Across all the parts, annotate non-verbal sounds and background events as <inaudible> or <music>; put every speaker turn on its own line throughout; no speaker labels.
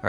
All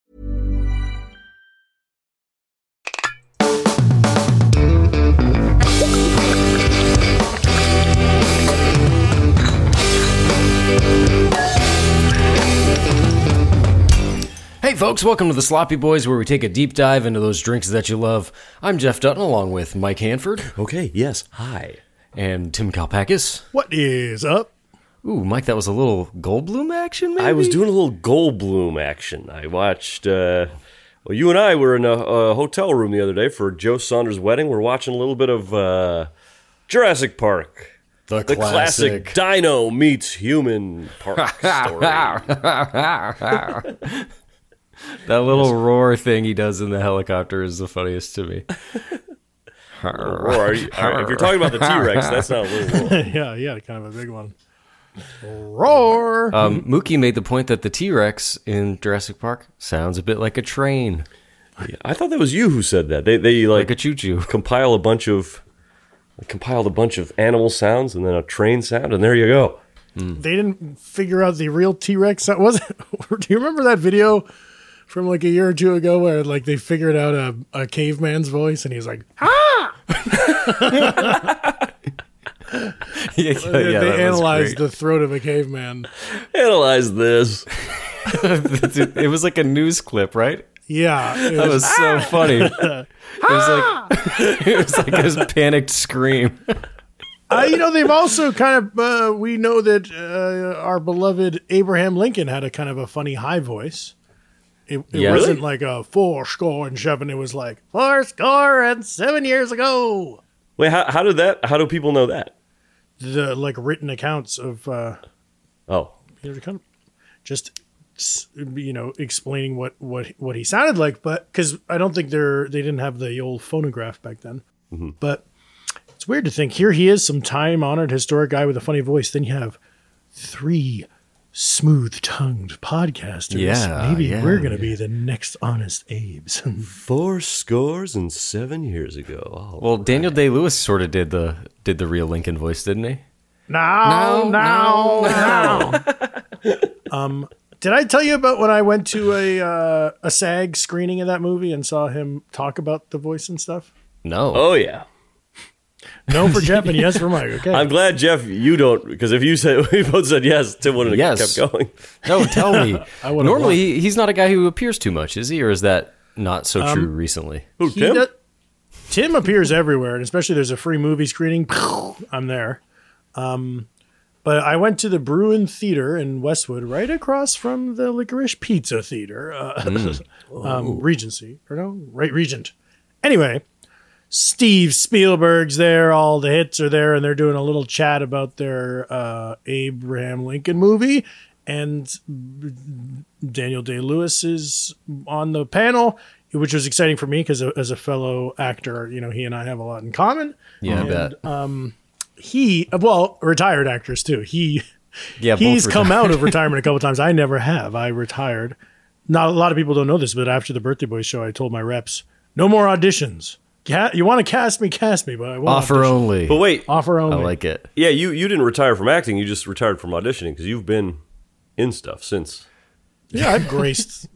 Hey, folks, welcome to the Sloppy Boys, where we take a deep dive into those drinks that you love. I'm Jeff Dutton, along with Mike Hanford
Okay, yes. Hi.
and Tim Kalpakis.
What is up?
Ooh, Mike, that was a little Goldblum action, maybe?
I was doing a little Goldblum action. I watched. Uh, well, you and I were in a, a hotel room the other day for Joe Saunders' wedding. We're watching a little bit of uh, Jurassic Park.
the,
The classic. dino meets human
<laughs>
park story.
that little roar thing he does in the helicopter is the funniest to me.
Or are you, are- if you're talking about the T Rex, that's not
<laughs>
a little. wolf.
<laughs> yeah, yeah, kind of a big one. Roar!
Um, Mookie made the point that the T Rex in Jurassic Park sounds a bit like a train,
I thought that was you who said that. They they like,
like a choo choo.
compile a bunch of compiled a bunch of animal sounds and then a train sound, and there you go.
they didn't figure out the real T Rex. That was. <laughs> Do you remember that video from like a year or two ago where like they figured out a, a caveman's voice and he's like,
<laughs> yeah,
they, they analyzed the throat of a caveman.
Analyze this.
<laughs> the. it was like a news clip, right?
<laughs> Yeah, it
That
was-
was so <laughs> funny. It was like <laughs> it was like his panicked scream.
Uh, you know, they've also kind of. Uh, we know that uh, our beloved Abraham Lincoln had a kind of a funny high voice. It, it
Yeah.
wasn't
Really?
like a four score and seven. It was like four score and seven years ago.
Wait, how, how did that? How do people know that?
The like written accounts of uh,
Oh,
you know, kind of just s- you know explaining what what what he sounded like, but because I don't think they're they didn't have the old phonograph back then.
Mm-hmm.
But it's weird to think here he is, some time honored historic guy with a funny voice. Then you have three smooth tongued podcasters.
Yeah,
maybe
yeah,
we're gonna be the next honest Abe's. <laughs>
four scores and seven years ago. Oh,
Well, Daniel Day Lewis sort of did the did the real Lincoln voice, didn't he?
now, now, now. um, <laughs> did I tell you about when I went to a uh, a SAG screening of that movie and saw him talk about the voice and stuff?
No.
oh yeah.
No for Jeff and yes for Mike. Okay.
<laughs> I'm glad Jeff, you don't, because if you said <laughs> we both said yes, Tim would have
Yes.
kept going.
<laughs>
No, tell me.
I would've
Normally, he- he's not a guy who appears too much, is he? Or is that not so true
Um,
recently?
Who,
He
Tim?
does- Tim appears everywhere, and especially there's a free movie screening. <laughs> I'm there. Um, but I went to the Bruin Theater in Westwood, right across from the Licorice Pizza Theater, uh,
Mm.
<laughs> um, Regency, or no, right Regent. Anyway, Steve Spielberg's there. All the hits are there, and they're doing a little chat about their uh, Abraham Lincoln movie. And Daniel Day Lewis is on the panel, which was exciting for me because as a fellow actor, you know, he and I have a lot in common.
Yeah, I bet.
uh, He, well, retired actors too. He,
yeah, both
he's
were- <laughs>
come out of retirement a couple times. I never have. I retired. Not a lot of people don't know this, but after the Birthday Boys show, I told my reps, no more auditions. Ca- you want to cast me, cast me, but I won't
offer
audition.
only.
But wait,
Offer
I
only.
like
<laughs>
it.
yeah, you you didn't retire from acting. You just retired from auditioning because you've been in stuff since
Yeah, I've
<laughs>
graced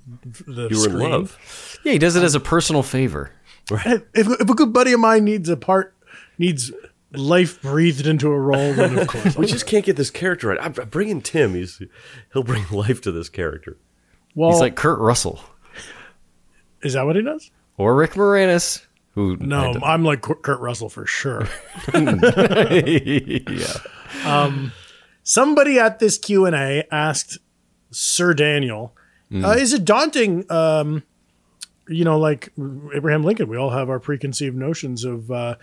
the
you were
screen.
in love.
Yeah, he does it as a personal favor.
if, if a good buddy of mine needs a part, needs life breathed into a role, then of course.
We just can't get this character <laughs> right. I'm, I'm bringing Tim. He's he'll bring life to this character.
Well,
He's like Kurt Russell.
Is that what he does?
or Rick Moranis, who
No, I'm like Kurt Kurt Russell for sure.
<laughs> yeah.
<laughs> Somebody at this Q and A asked Sir Daniel, uh, "Is it daunting?" Um, you know, like Abraham Lincoln, we all have our preconceived notions of uh,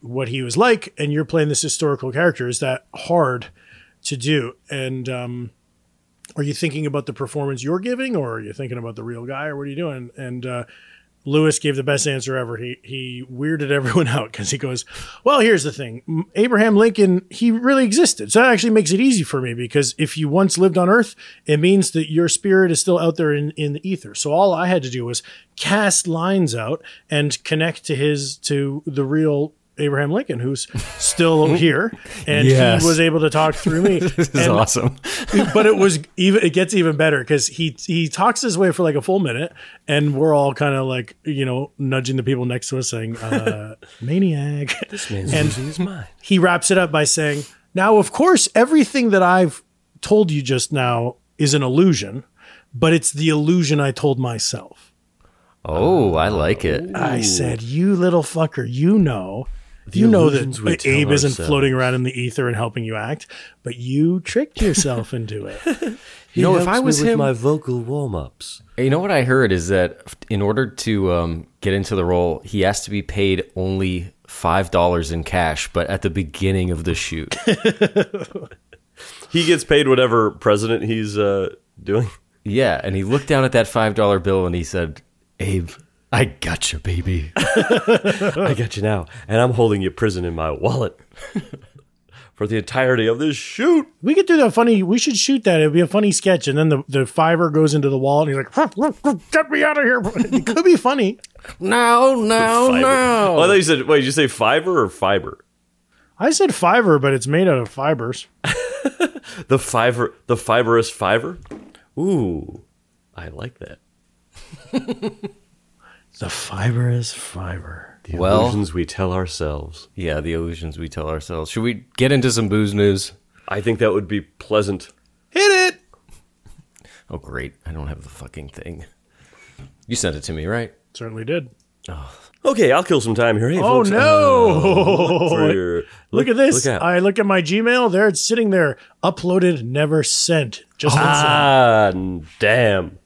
what he was like, and you're playing this historical character. Is that hard to do? And um, are you thinking about the performance you're giving, or are you thinking about the real guy, or what are you doing? And uh, Lewis gave the best answer ever. He he weirded <laughs> everyone out because he goes, "Well, here's the thing. M- Abraham Lincoln, he really existed. So that actually makes it easy for me because if you once lived on Earth, it means that your spirit is still out there in in the ether. So all I had to do was cast lines out and connect to his to the real." Abraham Lincoln, who's
<laughs>
still here, and
Yes.
he was able to talk through me.
<laughs>
this
This is
<laughs>
awesome.
but it was even it gets even better because he he talks his way for like a full minute and we're all kind of like you know nudging the people next to us
<laughs>
saying uh maniac and he wraps it up by saying now of course everything that i've told you just now is an illusion but it's the illusion i told myself
Oh, I like it.
I said, "You little fucker, you know, you know
illusions we
that
tell
Abe isn't
ourselves."
floating around in the ether and helping you act, but you tricked yourself into it."
<laughs> You know, if I was him,
vocal warm ups.
you know what I heard is that f- in order to um, get into the role, he has to be paid only five dollars in cash, but at the beginning of the <laughs> shoot.
He gets paid whatever president he's uh, doing.
yeah, and he looked down at that five dollar bill and he said, "Abe, I gotcha, baby."
I got you now, and I'm holding you prison in my wallet <laughs> for the entirety of this shoot.
We could do that funny. We should shoot that. It'd be a funny sketch. And then the, the fiver goes into the wall, and he's like, "Ruff, ruff, ruff, "Get me out of here!" <laughs> It could be funny.
No, no,
Fiverr.
no.
Oh, I thought you said. Wait, did you say fiber or fiber?
I said fiver, but it's made out of fibers.
The fiber, the fibrous fiber. Ooh, I like that.
The fiber is fiber.
The
Well-
illusions we tell ourselves.
yeah, the illusions we tell ourselves. Should we get into some booze news?
I think that would be pleasant.
Hit it.
Oh, great! I don't have the fucking thing. You sent it to me, right?
Certainly did.
Okay, I'll kill some time here. Hey,
Oh
folks,
no!
uh, for your-
Look, at this.
Look out.
I look at my Gmail. There, it's sitting there, uploaded, never sent. Just been sent.
ah, n- damn.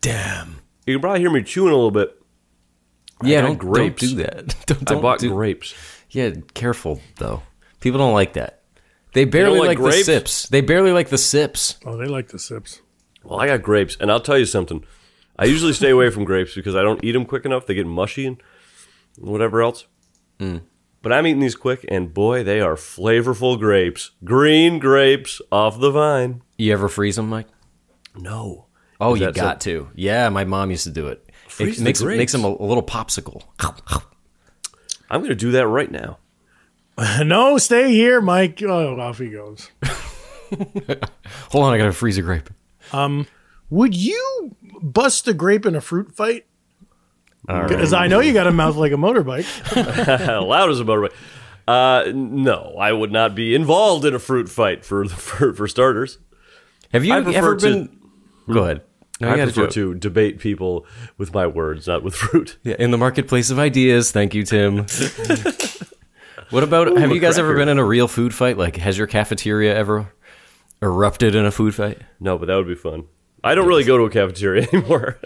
Damn.
You can probably hear me chewing a little bit.
Yeah,
got
don't,
grapes.
don't do that. <laughs> Don't,
I
don't
bought
do-
grapes.
Yeah, careful though. People don't like that. They barely
like
like, the
grapes?
sips. They barely like the sips.
Oh, they like the sips.
Well, I got grapes, and I'll tell you something. I usually stay away from grapes because I don't eat them quick enough. They get mushy and whatever else.
Mm.
But I'm eating these quick, and boy, they are flavorful grapes. Green grapes off the vine.
You ever freeze them, Mike?
No.
Oh,
Is
you
that
got to. Yeah, my mom used to do it.
Freeze
it
the
makes
grapes.
makes them a, a little popsicle. <laughs>
I'm going to do that right now. <laughs>
<laughs> no, stay here, Mike. Oh, off he goes.
Hold on, I gotta freeze a grape.
Would you bust a grape in a fruit fight? Because I know you got a mouth like a <laughs> motorbike.
Loud as a motorbike. Uh, no, I would not be involved in a fruit fight for <laughs> for, for starters.
Have you
I prefer
ever
to-
been? Go ahead. No, you
I
gotta do
prefer
it.
to debate people with my words, not with fruit. <laughs>
Yeah, in the marketplace of ideas. Thank you, Tim. what about? have
a
you guys ever
cracker.
been in a real food fight? Like, has your cafeteria ever erupted in a food fight?
No, but that would be fun. I don't really go to a cafeteria <laughs> anymore.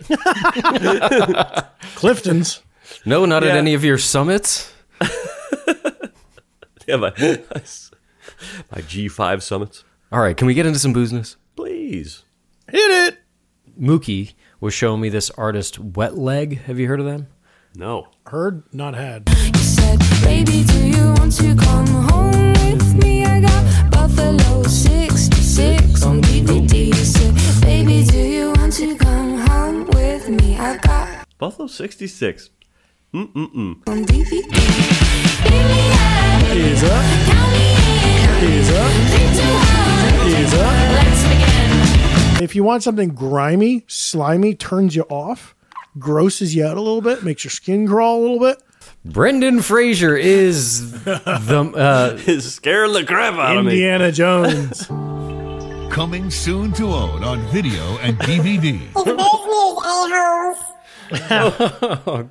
Clifton's.
No, not
Yeah.
at any of your summits.
<laughs> yeah, my, my G5 summits.
All right, can we get into some business?
Please.
Hit it.
Mookie was showing me this artist Wet Leg. Have you heard of them?
No.
Heard, not had.
said, Baby, do you want to come home with me? I got Buffalo 66 on DVD. You said, Baby, do you want to come home with me? I got
Buffalo <laughs> 66.
on DVD. Baby,
Is up,
count me in.
is up,
Think too hard.
is up.
Let's begin.
If you want something grimy, slimy, turns you off, grosses you out a little bit, makes your skin crawl a little bit.
Brendan Fraser is
<laughs>
the uh,
It's scaring the crap out
<laughs> Indiana Jones.
Coming soon to own on video and <laughs> DVD.
It's news, a-holes.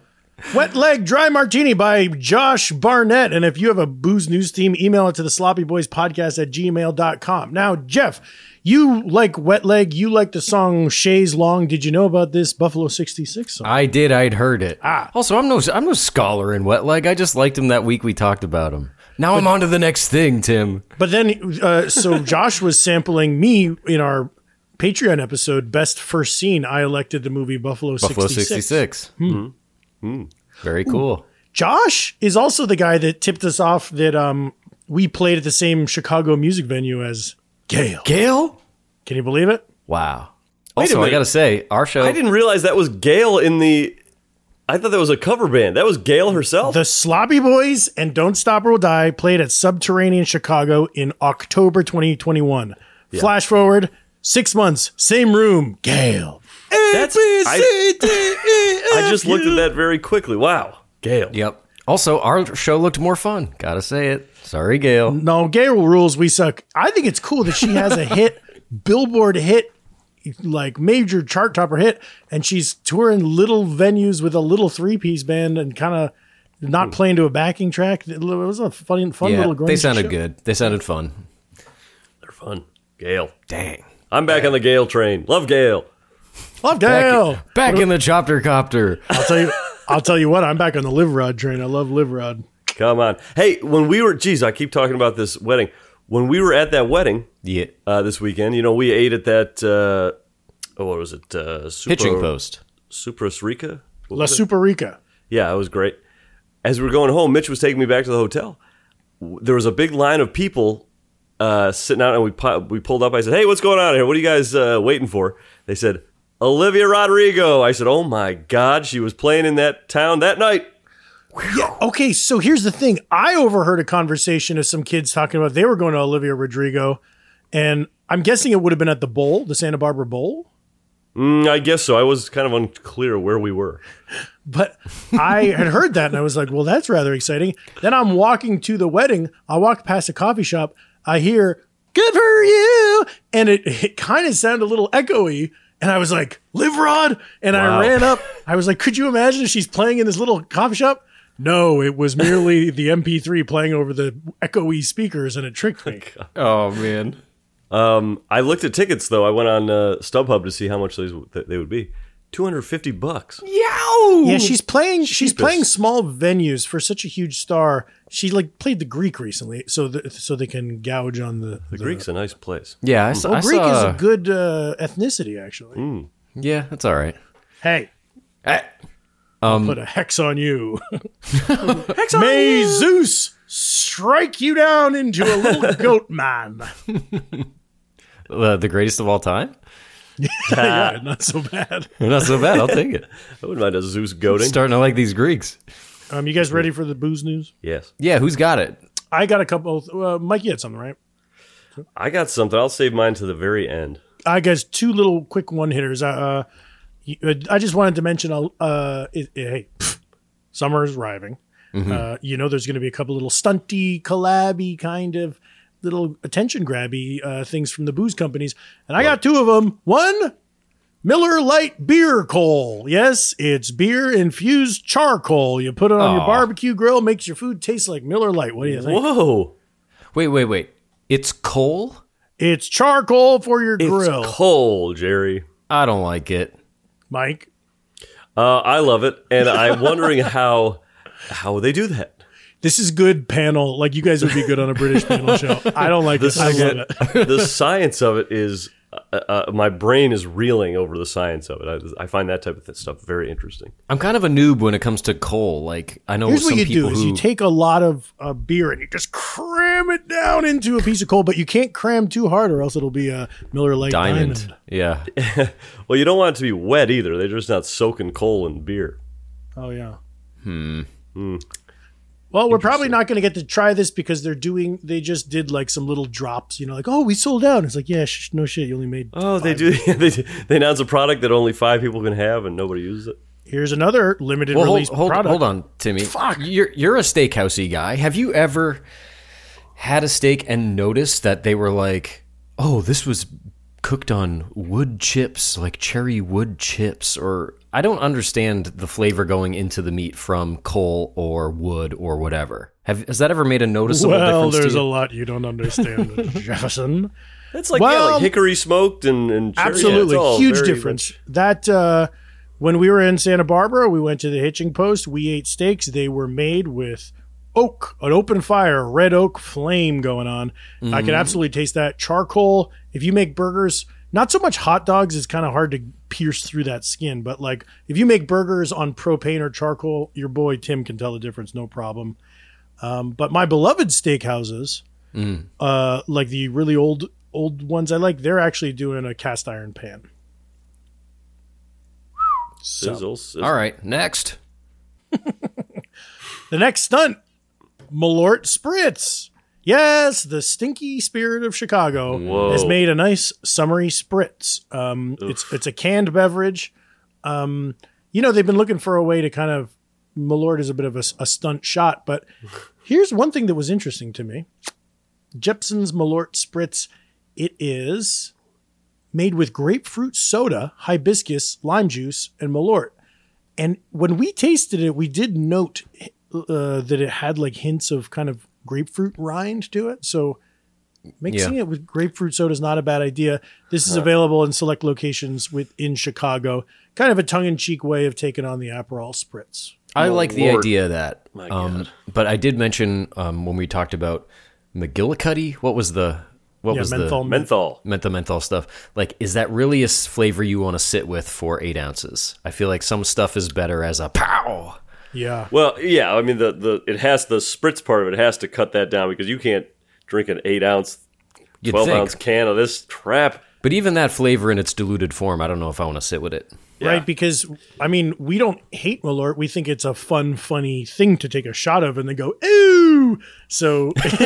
Wet Leg Dry Martini by Josh Barnett. And if you have a booze news theme, email it to the sloppy boys podcast at gmail.com. Now, Jeff, you like Wet Leg. You like the song Shays Long. Did you know about this Buffalo 66 song?
I did. I'd heard it.
Ah.
Also, I'm no I'm no scholar in wet leg. I just liked him that week we talked about him. Now I'm on to the next thing, Tim.
But then, uh, so Josh was sampling me in our Patreon episode, Best First Scene. I elected the movie Buffalo,
Buffalo
66.
66.
Hmm.
Very cool.
Josh is also the guy that tipped us off that um, we played at the same Chicago music venue as Gail.
Gail?
Can you believe it?
Wow.
Wait a
Also, I
minute.
gotta say, our show.
I didn't realize that was Gail in the. I thought that was a cover band. That was Gail herself.
The Sloppy Boys and Don't Stop or Will Die played at Subterranean Chicago in October 2021. Flash forward six months, same room, Gail.
That's, I,
E
I just looked at that very quickly. Wow, Gail.
Yep. Also, our show looked more fun. Gotta say it. Sorry, Gail.
No, Gail rules. We suck. I think it's cool that she has a
<laughs>
hit, Billboard hit, like major chart topper hit, and she's touring little venues with a little three piece band and kind of not playing to a backing track. It was a funny, fun
Hmm. yeah,
little.
they
grunge
sounded
show.
good. They sounded fun.
They're fun. Gail.
Dang.
I'm back on the Gail train. Love Gail.
Love
Back,
Gail.
back in the chopter
<laughs>
copter.
I'll tell you. I'll tell you what. I'm back on the Live Rod train. I love Live Rod.
Come on. Hey, when we were, geez, I keep talking about this wedding. When we were at that wedding
Yeah.
uh, this weekend, you know, we ate at that, uh, oh, what was it? Uh, Super,
Pitching post.
Supras Rica? What
La
was it?
Superica.
Yeah, it was great. As we were going home, Mitch was taking me back to the hotel. W- There was a big line of people uh, sitting out, and we pu- we pulled up. I said, "Hey, what's going on here? What are you guys uh, waiting for?" They said, "Olivia Rodrigo." I said, "Oh my God, she was playing in that town that night."
Okay, so here's the thing. I overheard a conversation of some kids talking about they were going to Olivia Rodrigo, and I'm guessing it would have been at the bowl, the Santa Barbara Bowl.
Mm, I guess so. I was kind of unclear where we were.
But I had heard that and I was like, well, that's rather exciting. Then I'm walking to the wedding. I walk past a coffee shop. I hear, good for you. And it, it kind of sounded a little echoey. And I was like, Live Rod. And I ran up. I was like, could you imagine if she's playing in this little coffee shop? No, it was merely the MP3 playing over the echoey speakers and it tricked me.
Oh man.
I looked at tickets though. I went on uh, StubHub to see how much these th- they would be. Two hundred fifty bucks.
Yeah, she's playing. She's playing small venues for such a huge star. She like played the Greek recently, so the, so they can gouge on the
The Greek's a nice
<laughs>
place.
Yeah, I saw. I
Well, Oh, Greek
saw-
is a good uh, ethnicity, actually.
yeah, that's all right.
Hey,
Eh.
put a hex on <laughs> you. hex on Um, May Zeus strike you down into a <laughs> little goat man.
Uh, the greatest of all time. <laughs>
yeah, <laughs> not so bad.
Not so bad.
<laughs>
I'll take it.
I wouldn't mind a Zeus goading.
Starting to like these Greeks.
Um, you guys ready for the booze news?
yes.
Yeah, who's got it?
I got a couple. Uh, Mike, you had something, right?
I got something. I'll save mine to the very end.
I guess two little quick one hitters. Uh, uh, I just wanted to mention. Uh, uh, it- it- hey, pfft, summer is arriving. Uh, you know, there's going to be a couple little stunty, collabby kind of little attention grabby uh, things from the booze companies, and I got two of them. One. Miller Light Beer Coal. Yes, it's beer infused charcoal. You put it on your barbecue grill, makes your food taste like Miller Light. What do you think?
Whoa.
Wait, wait, wait. It's coal.
It's charcoal for your grill,
It's cold, Jerry.
I don't like it.
Mike.
Uh, I love it, and
<laughs>
I'm wondering how how they do that.
This is good panel. Like you guys would be good on a <laughs> British panel show. I don't like this. I love it.
<laughs> the science of it is uh, uh, my brain is reeling over the science of it. I, I find that type of th- stuff very interesting.
I'm kind of a noob when it comes to coal. Like I know
Here's
some
what you do:
people
is
who
you take a lot of uh, beer and you just cram it down into a piece of coal, but you can't cram too hard, or else it'll be a Miller Lite diamond.
diamond. Yeah,
Well, you don't want it to be wet either. They're just not soaking coal in beer.
Oh yeah. Hmm. Well, we're probably not going to get to try this because they're doing. They just did like some little drops, you know, like oh, we sold out. It's like yeah, sh- no shit, you only made.
Oh, they do. <laughs> They, do- they announce a product that only five people can have, and nobody uses it.
Here's another limited
Well, hold,
release
hold,
product.
hold on, Timmy. You're you're a steakhousey guy. Have you ever had a steak and noticed that they were like, "Oh, this was cooked on wood chips, like cherry wood chips, or I don't understand the flavor going into the meat from coal or wood or whatever. Have, has that ever made a noticeable
Well,
difference?
there's
to
a
you?
lot you
<laughs>
don't understand, Jefferson.
That's like, yeah,
Well- um,
like hickory smoked and, and cherry.
Absolutely,
Yeah, it's all
huge
very-
difference. That uh, when we were in Santa Barbara, we went to the Hitching Post. We ate steaks. They were made with oak, an open fire, red oak flame going on. I
Mm-hmm.
could absolutely taste that charcoal. If you make burgers, not so much hot dogs. It's kind of hard to pierce through that skin, but like if you make burgers on propane or charcoal, your boy Tim can tell the difference, no problem. Um, but my beloved steakhouses uh, like the really old old ones I like, they're actually doing a cast iron pan.
Sizzle, sizzle.
um,
All right, next.
The next stunt, Malort Spritz. Yes, the stinky spirit of Chicago
Whoa.
has made a nice summery spritz. Um, it's it's a canned beverage. Um, you know they've been looking for a way to kind of Malort is a bit of a, s- a stunt shot, but here's one thing that was interesting to me: Jepson's Malort Spritz. It is made with grapefruit soda, hibiscus, lime juice, and Malort. And when we tasted it, we did note uh, that it had like hints of kind of grapefruit rind to it. So mixing
Yeah.
it with grapefruit soda is not a bad idea. This is available in select locations within Chicago. Kind of a tongue-in-cheek way of taking on the Aperol spritz.
I like the
Lord.
idea of that. Um, but I did mention um, when we talked about McGillicuddy, what was the what
Yeah,
was
menthol.
the
Menthol.
meant the menthol stuff? Like, is that really a s- flavor you want to sit with for eight ounces? I feel like some stuff is better as a pow.
yeah.
Well, yeah, I mean the, the it has the spritz part of it has to cut that down because you can't drink an eight ounce,
You'd
twelve
think.
ounce can of this crap.
But even that flavor in its diluted form, I don't know if I want to sit with it.
Yeah.
Right, because I mean, we don't hate Malort. We think it's a fun, funny thing to take a shot of, and then go ooh. So, <laughs>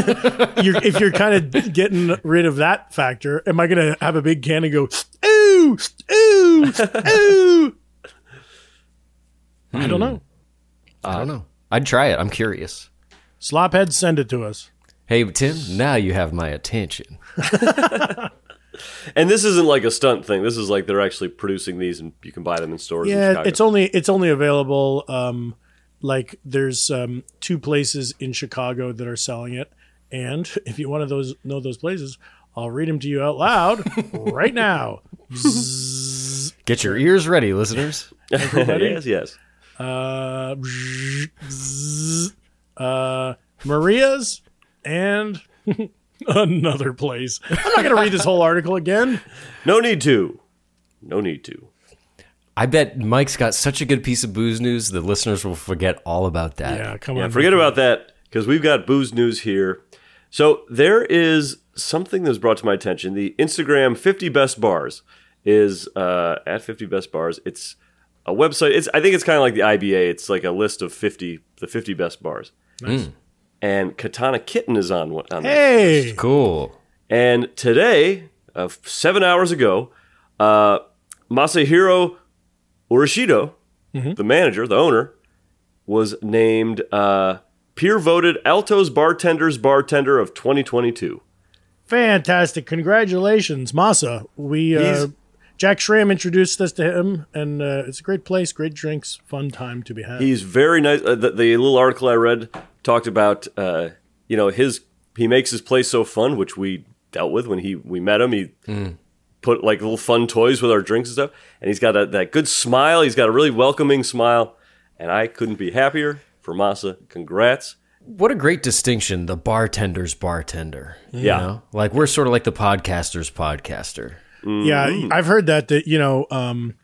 you're, if you're kind of getting rid of that factor, am I going to have a big can and go ooh, ooh, ooh? I don't know.
I don't know. I'd try it. I'm curious.
Slophead, send it to us.
Hey Tim, now you have my attention.
And this isn't like a stunt thing. This is like they're actually producing these and you can buy them in stores. in
Yeah,
Chicago.
it's only it's only available. Um, like there's um, two places in Chicago that are selling it, and <laughs> if you want to those know those places, I'll read them to you
<laughs>
out loud right now.
Get your ears ready, listeners.
<laughs> yes, yes.
Uh, bzz, uh, Maria's and <laughs> another place. I'm not gonna read this whole article again.
No need to. No need to.
I bet Mike's got such a good piece of booze news the listeners will forget all about that.
Yeah, Uh, come
Yeah,
on.
forget about that because we've got booze news here. So there is something that was brought to my attention. The Instagram 50 Best Bars is uh, at 50 Best Bars. It's a website. It's I think it's kind of like the IBA. It's like a list of 50 the 50 best bars. And Katana Kitten is on one. On there.
Hey,
Cool.
And today, uh, seven hours ago, uh, Masahiro Urishido, the manager, the owner, was named uh, peer voted Altos Bartenders Bartender of 2022.
fantastic! Congratulations, Masa. We uh,
He's-
Jack Schramm introduced us to him, and uh, it's a great place, great drinks, fun time to be had.
He's very nice. Uh, the, the little article I read talked about, uh, you know, his he makes his place so fun, which we dealt with when he we met him. He put like little fun toys with our drinks and stuff, and he's got a, that good smile. He's got a really welcoming smile, and I couldn't be happier for Masa. Congrats!
What a great distinction, the bartender's bartender. you
Yeah.
know? Like we're sort of like the podcaster's podcaster.
Yeah, I've heard that that you know um,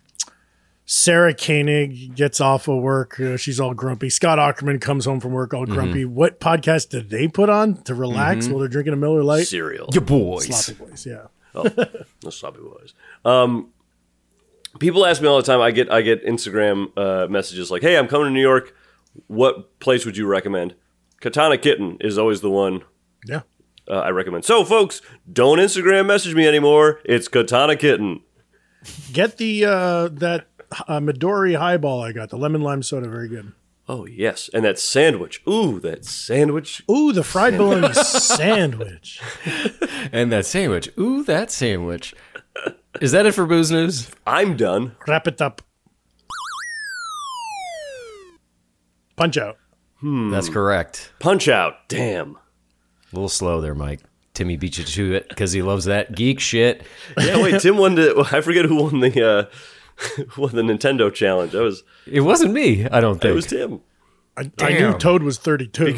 Sarah Koenig gets off of work, uh, she's all grumpy. Scott Ackerman comes home from work all grumpy. What podcast did they put on to relax while they're drinking a Miller Lite?
Cereal.
Your boys.
Sloppy boys, yeah.
The sloppy boys. Um, people ask me all the time. I get I get Instagram uh, messages like, "Hey, I'm coming to New York. What place would you recommend?" Katana Kitten is always the one
Yeah.
uh, I recommend. So, folks, don't Instagram message me anymore. It's Katana Kitten.
Get the uh, that uh, Midori highball I got, the lemon lime soda, very good.
Oh yes, and that sandwich. Ooh, that sandwich.
Ooh, the fried bologna sandwich.
And that sandwich. Ooh, that sandwich. Is that it for booze news?
I'm done.
Wrap it up. Punch out.
Hmm.
That's correct.
Punch out. Damn.
A little slow there, Mike. Timmy beat you to it because he loves that geek shit.
Yeah,
<laughs>
wait. Tim won the. <laughs> I forget who won the. Uh, <laughs> who won the Nintendo challenge? That was
It wasn't me, I don't
it
think.
was Tim.
I, I knew Toad was 32.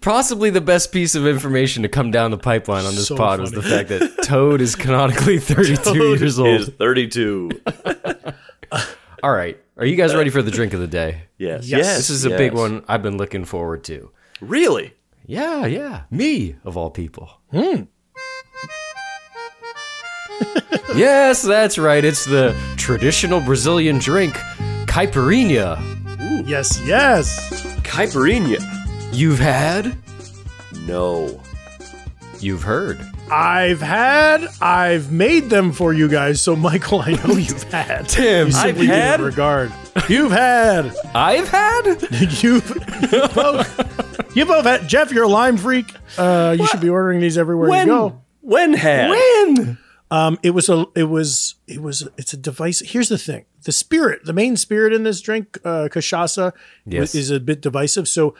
Possibly the best piece of information to come down the pipeline on this
So
pod was the
funny.
fact that Toad is
<laughs>
canonically 32 years old. <laughs>
Is 32.
All right. Are you guys ready for the drink of the day?
Yes.
Yes.
Uh, Yes.
This is a big
yes.
one I've been looking forward to.
Really?
Yeah, yeah. Me, of all people. <laughs> yes, that's right. It's the traditional Brazilian drink, caipirinha.
yes, yes.
Caipirinha.
You've had,
No.
you've heard.
I've had, I've made them for you guys. So, Michael, I know you've had.
Tim, I've
you simply didn't
had?
regard. You've had.
I've had?
You've you both. You both had. Jeff, you're a lime freak. Uh, you should be ordering these everywhere you go.
When had?
When?
Um, it was a. It was. It was. It's a device. Here's the thing. The spirit, the main spirit in this drink, uh, cachaça,
Yes.
is a bit divisive. So,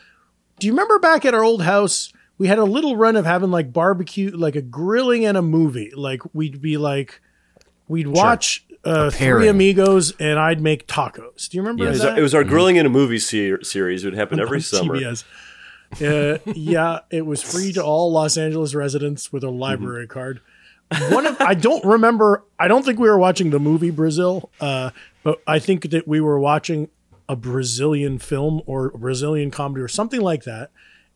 do you remember back at our old house? We had a little run of having like barbecue, like a grilling and a movie. Like we'd be like, we'd watch uh, Three
pairing.
Amigos, and I'd make tacos. Do you remember
Yes.
It was,
that?
it was our grilling in a movie ser- series. It would happen every summer.
TBS. Uh, yeah, it was free to all Los Angeles residents with a library
Mm-hmm.
card. One of I don't remember. I don't think we were watching the movie Brazil, uh, but I think that we were watching a Brazilian film or a Brazilian comedy or something like that.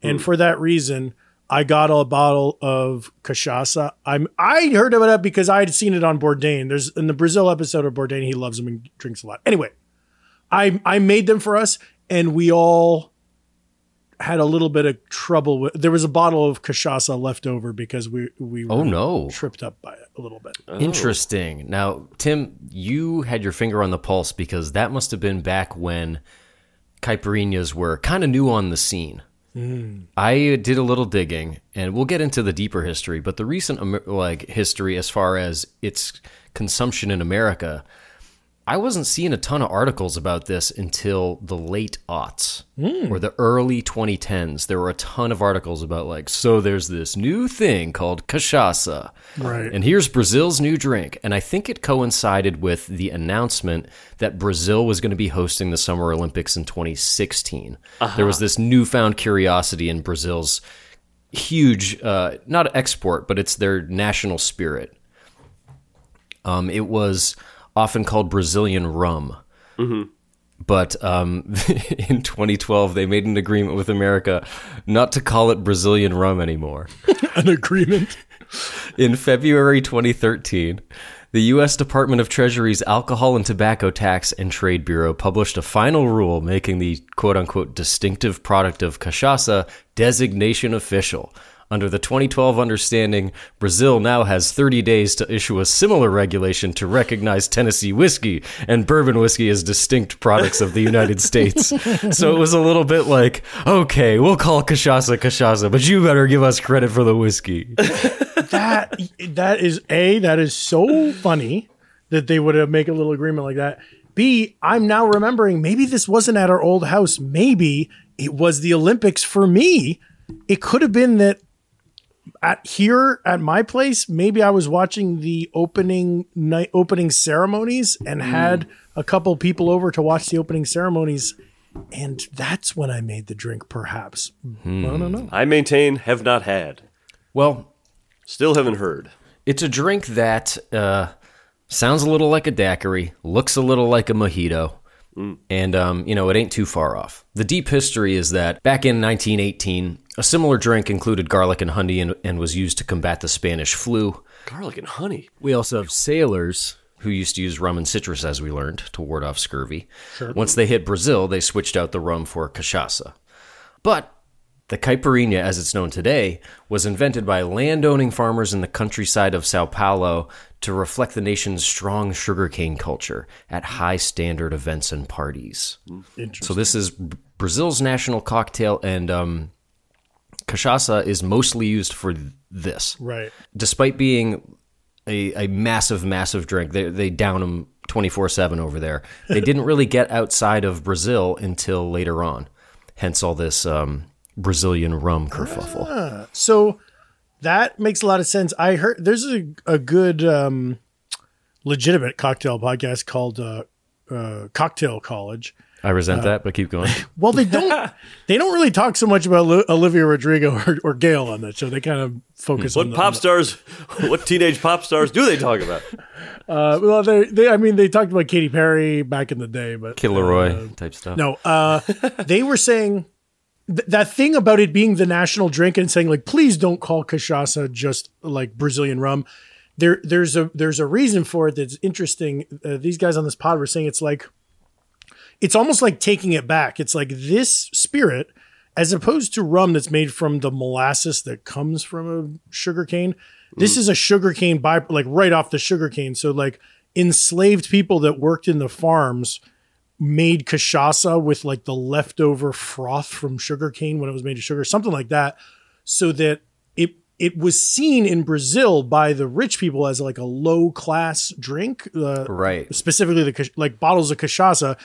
And
Hmm.
for that reason, I got a bottle of cachaça. I'm I heard about it because I had seen it on Bourdain. There's in the Brazil episode of Bourdain, he loves them and drinks a lot. Anyway, I I made them for us, and we all had a little bit of trouble with. There was a bottle of cachaça left over because we we were
Oh, no.
tripped up by it a little bit. <laughs>
Interesting. Now, Tim, you had your finger on the pulse because that must have been back when caipirinhas were kind of new on the scene. I did a little digging, and we'll get into the deeper history, but the recent Amer- like history as far as its consumption in America, I wasn't seeing a ton of articles about this until the late aughts or the early 2010s. There were a ton of articles about like, so there's this new thing called cachaça,
Right.
And here's Brazil's new drink, and I think it coincided with the announcement that Brazil was going to be hosting the Summer Olympics in 2016. There was this newfound curiosity in Brazil's huge uh, not export but it's their national spirit um, it was often called brazilian rum but um, <laughs> in 2012 they made an agreement with america not to call it brazilian rum anymore
An agreement.
in February 2013, the U.S. Department of Treasury's Alcohol and Tobacco Tax and Trade Bureau published a final rule making the quote unquote distinctive product of cachaça designation official. Under the 2012 understanding, Brazil now has 30 days to issue a similar regulation to recognize Tennessee whiskey and bourbon whiskey as distinct products of the United States. So it was a little bit like, okay, we'll call cachaça cachaça, but you better give us credit for the whiskey.
that that is a that is so funny that they would have make a little agreement like that. B, I'm now remembering maybe this wasn't at our old house. Maybe it was the Olympics for me. It could have been that at here at my place, maybe I was watching the opening night opening ceremonies and had a couple people over to watch the opening ceremonies. And that's when I made the drink, perhaps. I don't know.
I maintain have not had.
Well,
Still haven't heard.
It's a drink that uh, sounds a little like a daiquiri, looks a little like a mojito, and um, you know it ain't too far off. The deep history is that back in 1918, a similar drink included garlic and honey and, and was used to combat the Spanish flu.
Garlic and honey.
We also have sailors who used to use rum and citrus, as we learned, to ward off scurvy. Once they hit Brazil, they switched out the rum for cachaça. But the caipirinha, as it's known today, was invented by landowning farmers in the countryside of Sao Paulo to reflect the nation's strong sugarcane culture at high standard events and parties. So this is B- Brazil's national cocktail, and um, cachaça is mostly used for th- this
Right.
despite being a, a massive, massive drink. They, they down them 24 7 over there. They didn't really get outside of Brazil until later on, hence all this um, Brazilian rum kerfuffle.
So that makes a lot of sense. I heard there's a, a good um, legitimate cocktail podcast called uh, uh, Cocktail College.
I resent
Ah.
that, but keep going.
Well, they don't they don't really talk so much about Lu- Olivia Rodrigo <laughs> or, or Gail on that show. They kind of focus on
What
the-
pop stars? <laughs> What teenage pop stars do they talk about?
Uh, well, they they I mean they talked about Katy Perry back in the day, but <laughs>
Killeroy type stuff.
No, uh, they were saying th- that thing about it being the national drink and saying like, please don't call cachaça just like Brazilian rum. There, there's a there's a reason for it that's interesting. Uh, these guys on this pod were saying it's like, it's almost like taking it back. It's like this spirit, as opposed to rum that's made from the molasses that comes from a sugar cane. This is a sugar cane by like right off the sugar cane. So like enslaved people that worked in the farms made cachaça with like the leftover froth from sugarcane when it was made of sugar, something like that, so that it it was seen in Brazil by the rich people as like a low class drink, uh,
Right.
Specifically, the cach- like bottles of cachaça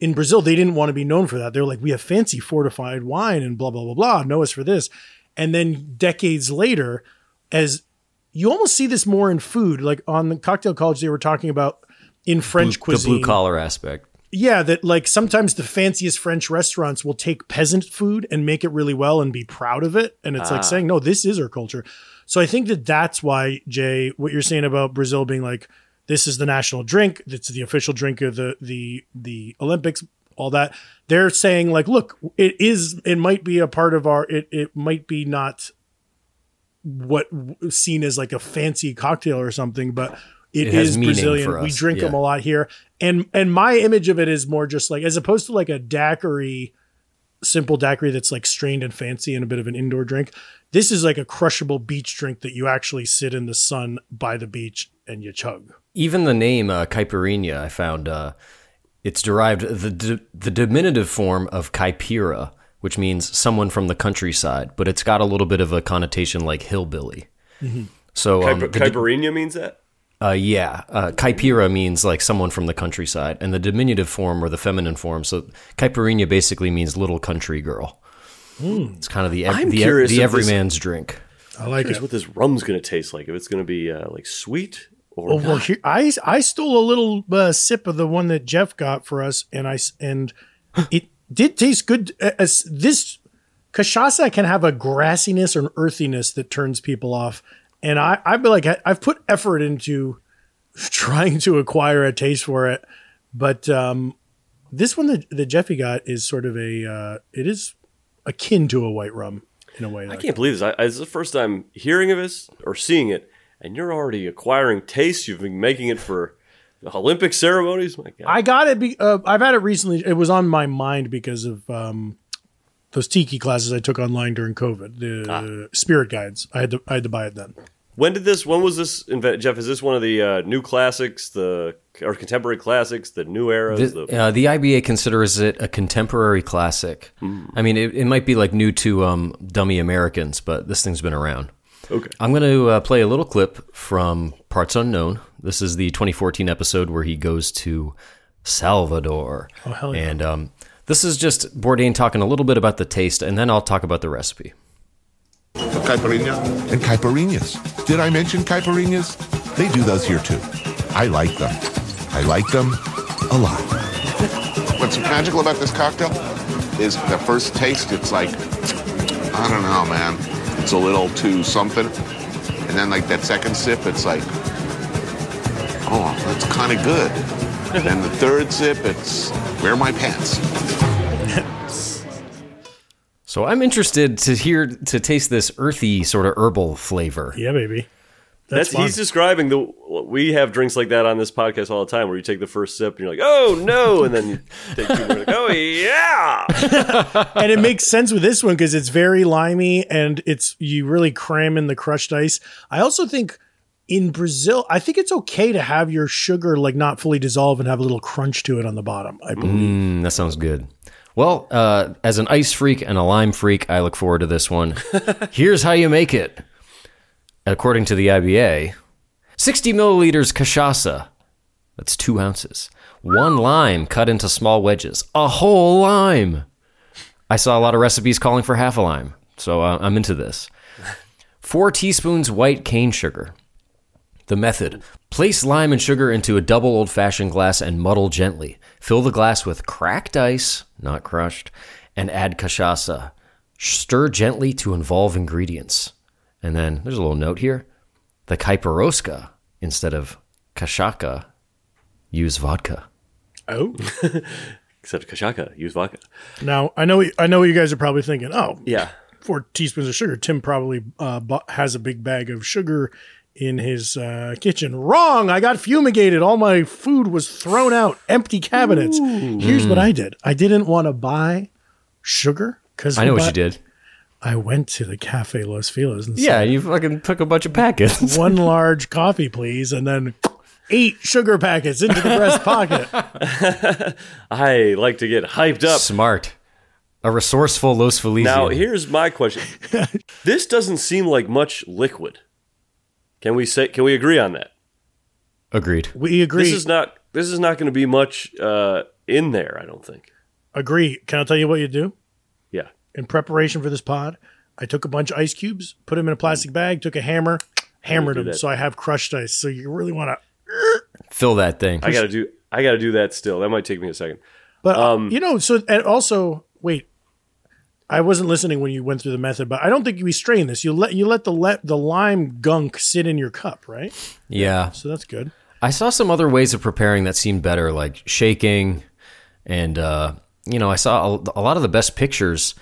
in Brazil, they didn't want to be known for that. They're like, we have fancy fortified wine and blah blah blah blah. Know us for this, and then decades later, as you almost see this more in food, like on the cocktail college, they were talking about in French
Blue- the
cuisine
blue collar aspect.
yeah, that like sometimes the fanciest French restaurants will take peasant food and make it really well and be proud of it. And it's like saying, no, this is our culture. So I think that that's why, Jay, what you're saying about Brazil being like, this is the national drink, it's the official drink of the the the Olympics, all that. They're saying like, look, it is, it might be a part of our, it it might be not what w- seen as like a fancy cocktail or something, but
It
it
has
is
meaning
Brazilian.
for
We
us,
drink them
yeah.
a lot here, and and my image of it is more just like as opposed to like a daiquiri, simple daiquiri that's like strained and fancy and a bit of an indoor drink. This is like a crushable beach drink that you actually sit in the sun by the beach and you chug.
Even the name uh, caipirinha, I found uh, it's derived the d- the diminutive form of caipira, which means someone from the countryside, but it's got a little bit of a connotation like hillbilly.
Mm-hmm.
So um,
Caipi-
the d-
Caipirinha means that.
Uh, yeah, uh, caipira means like someone from the countryside, and the diminutive form or the feminine form. So caipirinha basically means little country girl. It's kind of the ev-
Hmm. I'm
the, ev-
curious
the
if this-
everyman's drink.
I like
Here's what this rum's gonna taste like. If it's gonna be uh, like sweet or
Oh, well, here, I I stole a little uh, sip of the one that Jeff got for us, and I s- and it did taste good. uh, As this cachaça can have a grassiness or an earthiness that turns people off, and I I be like I, I've put effort into <laughs> trying to acquire a taste for it, but um, this one that, that Jeffy got is sort of a uh, it is akin to a white rum in a way.
I
like-
can't believe this. I, I- this is the first time hearing of this or seeing it, and you're already acquiring taste. You've been making it for the Olympic ceremonies. My God,
I got it. Be, uh, I've had it recently. It was on my mind because of um, those tiki classes I took online during COVID. The spirit guides. I had to. I had to buy it then.
when did this? When was this? Invent, Jeff, is this one of the uh, new classics, the or contemporary classics, the new era?
The, uh, the IBA considers it a contemporary classic. I mean, it, it might be like new to um, dummy Americans, but this thing's been around.
okay,
I'm going to uh, play a little clip from Parts Unknown. This is the 2014 episode where he goes to Salvador. Oh, hell yeah. And um, this is just Bourdain talking a little bit about the taste, and then I'll talk about the recipe.
Caipirinha and caipirinhas. Did I mention caipirinhas? They do those here too. I like them. I like them a lot. What's magical about this cocktail is the first taste, it's like, I don't know, man. It's a little too something. And then, like, that second sip, it's like, oh, that's kind of good. then the third sip, it's, where are my pants?
So I'm interested to hear, to taste this earthy, sort of herbal flavor.
Yeah, baby.
that's,
fun.
he's describing the. We have drinks like that on this podcast all the time, where you take the first sip and you're like, "Oh no," and then you take two, and you're like, "Oh yeah."
and it makes sense with this one because it's very limey and it's you really cram in the crushed ice. I also think in Brazil, I think it's okay to have your sugar like not fully dissolve and have a little crunch to it on the bottom. I believe.
Mm, that sounds good. Well, uh, as an ice freak and a lime freak, I look forward to this one. Here's how you make it. According to the IBA, 60 milliliters cachaça. That's two ounces. One lime cut into small wedges. A whole lime. I saw a lot of recipes calling for half a lime, so uh, I'm into this. Four teaspoons white cane sugar. The method place lime and sugar into a double old fashioned glass and muddle gently. Fill the glass with cracked ice, not crushed, and add cachaça. Stir gently to involve ingredients. And then there's a little note here the Kaiparoska instead of kashaka, use vodka.
Oh,
<laughs> Except Kashaka, use vodka.
now I know. I know what you guys are probably thinking. Oh,
Yeah.
four teaspoons of sugar. Tim probably uh, bu- has a big bag of sugar in his uh, kitchen. Wrong. I got fumigated. All my food was thrown out. Empty cabinets. Here's
Mm.
what I did. I didn't want to buy sugar because
I know what you did.
I went to the Cafe Los Feliz and
Yeah, you fucking took a bunch of packets. <laughs>
said, "One large coffee, please," and then <laughs> eight sugar packets into the
<laughs>
breast pocket.
I like to get hyped up.
Smart. A resourceful Los Feliz.
Now, here's my question. this doesn't seem like much liquid. Can we say can we agree on that?
Agreed.
We agree.
This is not this is not going to be much uh, in there, I don't think.
agree. Can I tell you what you do?
Yeah.
in preparation for this pod, I took a bunch of ice cubes, put them in a plastic bag, took a hammer, hammered
do
them.
that.
So I have crushed ice. So you really want to.
Fill that thing.
I got to do I got to do that still. That might take me a second.
But, uh,
Um,
you know, so, and also, wait, I wasn't listening when you went through the method, but I don't think you restrain this. You let, you let the, let the lime gunk sit in your cup, right?
yeah.
So that's good.
I saw some other ways of preparing that seemed better, like shaking. And, uh, you know, I saw a, a lot of the best pictures.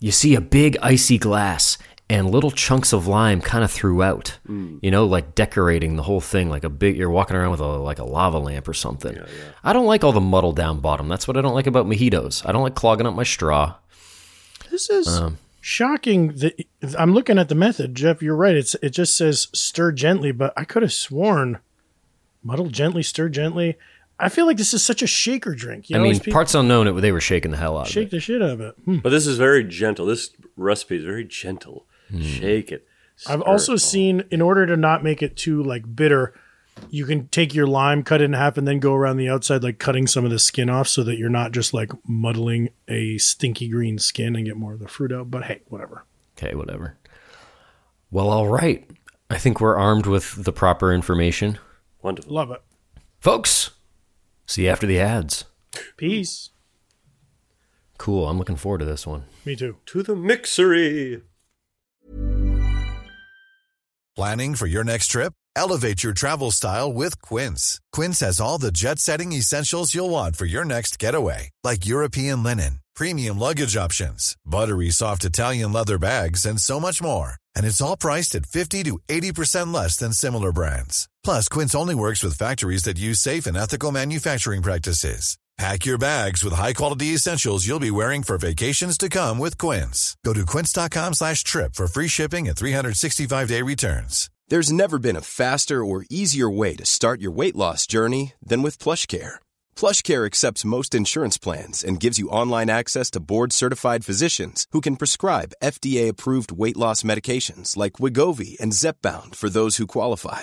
You see a big icy glass and little chunks of lime kind of throughout,
Hmm.
you know, like decorating the whole thing, like a big, you're walking around with a, like a lava lamp or something. I don't like all the muddle down bottom. That's what I don't like about mojitos. I don't like clogging up my straw.
This is
Um,
shocking. That I'm looking at the method, Jeff. You're right. It's it just says stir gently, but I could have sworn muddle gently, stir gently. I feel like this is such a shaker drink. You
I
know,
mean,
these people
parts unknown, it, they were shaking the hell out of it.
shake the shit out of it. Hmm.
But this is very gentle. This recipe is very gentle. Shake it.
Hmm. I've
Stir
also
it.
seen, in order to not make it too like bitter, you can take your lime, cut it in half, and then go around the outside, like cutting some of the skin off, so that you're not just like muddling a stinky green skin and get more of the fruit out. But hey, whatever.
Okay, whatever. Well, all right. I think we're armed with the proper information.
wonderful.
Love it.
Folks, see you after the ads.
Peace.
Cool. I'm looking forward to this one.
Me too.
To the mixery.
Planning for your next trip? Elevate your travel style with Quince. Quince has all the jet setting essentials you'll want for your next getaway, like European linen, premium luggage options, buttery soft Italian leather bags, and so much more. And it's all priced at 50 to 80% less than similar brands. Plus, Quince only works with factories that use safe and ethical manufacturing practices. Pack your bags with high-quality essentials you'll be wearing for vacations to come with Quince. Go to quince.com slash trip for free shipping and 365-day returns.
There's never been a faster or easier way to start your weight loss journey than with PlushCare. PlushCare accepts most insurance plans and gives you online access to board-certified physicians who can prescribe FDA-approved weight loss medications like Wigovi and Zepbound for those who qualify.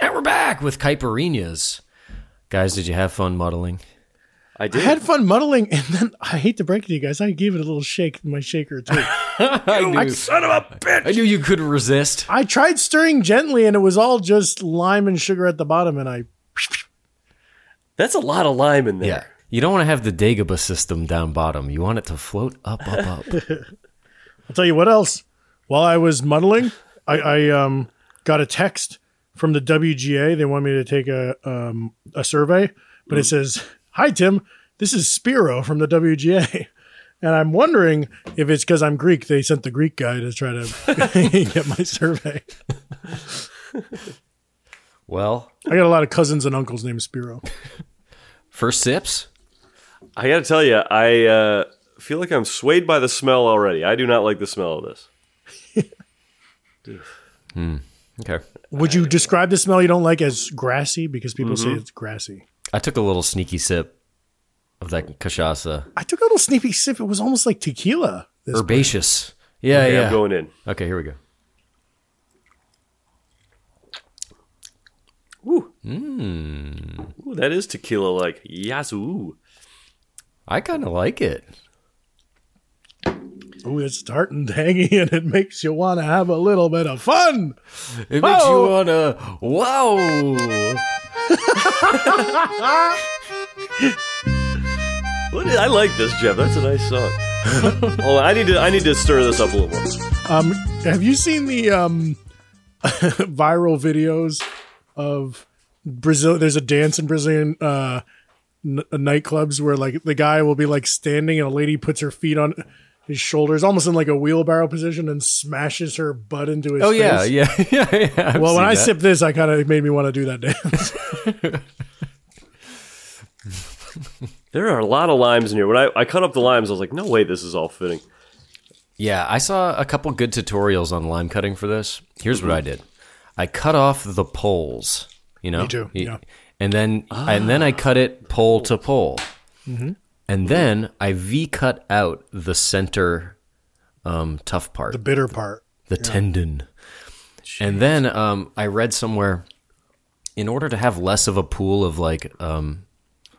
And we're back with Kuiperinas. Guys, did you have fun muddling?
I
I
did.
had fun muddling, and then <laughs> I hate to break it to you guys. I gave it a little shake, my shaker <laughs> too.
I knew, son of a bitch! I knew you couldn't resist.
I tried stirring gently, and it was all just lime and sugar at the bottom. And I,
That's a lot of lime in there.
Yeah. You don't want to have the Dagobah system down bottom. You want it to float up, up, <laughs> up.
I'll tell you what else. While I was muddling, I, I um, got a text from the WGA. They want me to take a um, a survey, but it says, "Hi Tim, this is Spiro from the WGA." <laughs> And I'm wondering if it's because I'm Greek. They sent the Greek guy to try to <laughs> get my survey.
well,
I got a lot of cousins and uncles named Spiro.
first sips.
I got to tell you, I uh, feel like I'm swayed by the smell already. I do not like the smell of this.
Okay.
Would you describe the smell you don't like as grassy? Because people say it's grassy.
I took a little sneaky sip of that cachaça.
I took a little sneaky sip. It was almost like tequila. This
Herbaceous. Yeah,
Okay,
yeah.
I'm going in.
Okay, here we go.
Ooh, that is tequila like. Yazoo.
I kind of like it.
Ooh, it's tart <laughs> and tangy, and it makes you want to have a little bit of fun.
It makes
Oh.
you wanna wow.
What is, I like this, Jeff. That's a nice song. <laughs> oh, I need to I need to stir this up a little more.
Um, have you seen the um, <laughs> viral videos of Brazil? There's a dance in Brazilian uh, n- nightclubs where like the guy will be like standing, and a lady puts her feet on his shoulders, almost in like a wheelbarrow position, and smashes her butt into his.
Oh yeah,
face.
yeah, yeah, <laughs> yeah. I've
Well, when
seen
I
that.
sipped this, I kind of made me want to do that <laughs> dance.
There are a lot of limes in here. When I, I cut up the limes, I was like, no way this is all fitting.
yeah, I saw a couple good tutorials on lime cutting for this. Here's what I did: I cut off the poles. You know,
Me too,
Y-
yeah.
And then and then I cut it pole to pole,
Mm-hmm.
and then I V cut out the center um, tough part.
the bitter part.
the tendon. And then um, I read somewhere, in order to have less of a pool of like um,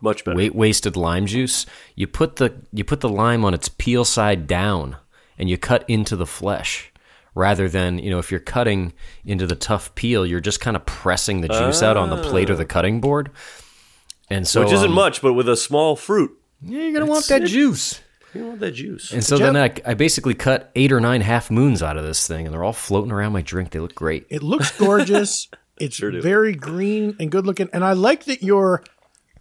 Much better.
weight wasted lime juice, you put the you put the lime on its peel side down, and you cut into the flesh. Rather than you know, if you're cutting into the tough peel, you're just kind of pressing the juice out on the plate or the cutting board. And so,
Which isn't
um,
much, but with a small fruit,
Yeah, you're gonna want that juice.
you want that juice.
And so then I, I basically cut eight or nine half moons out of this thing, and they're all floating around my drink. They look great.
It looks gorgeous. it's very green and good looking. And I like that you're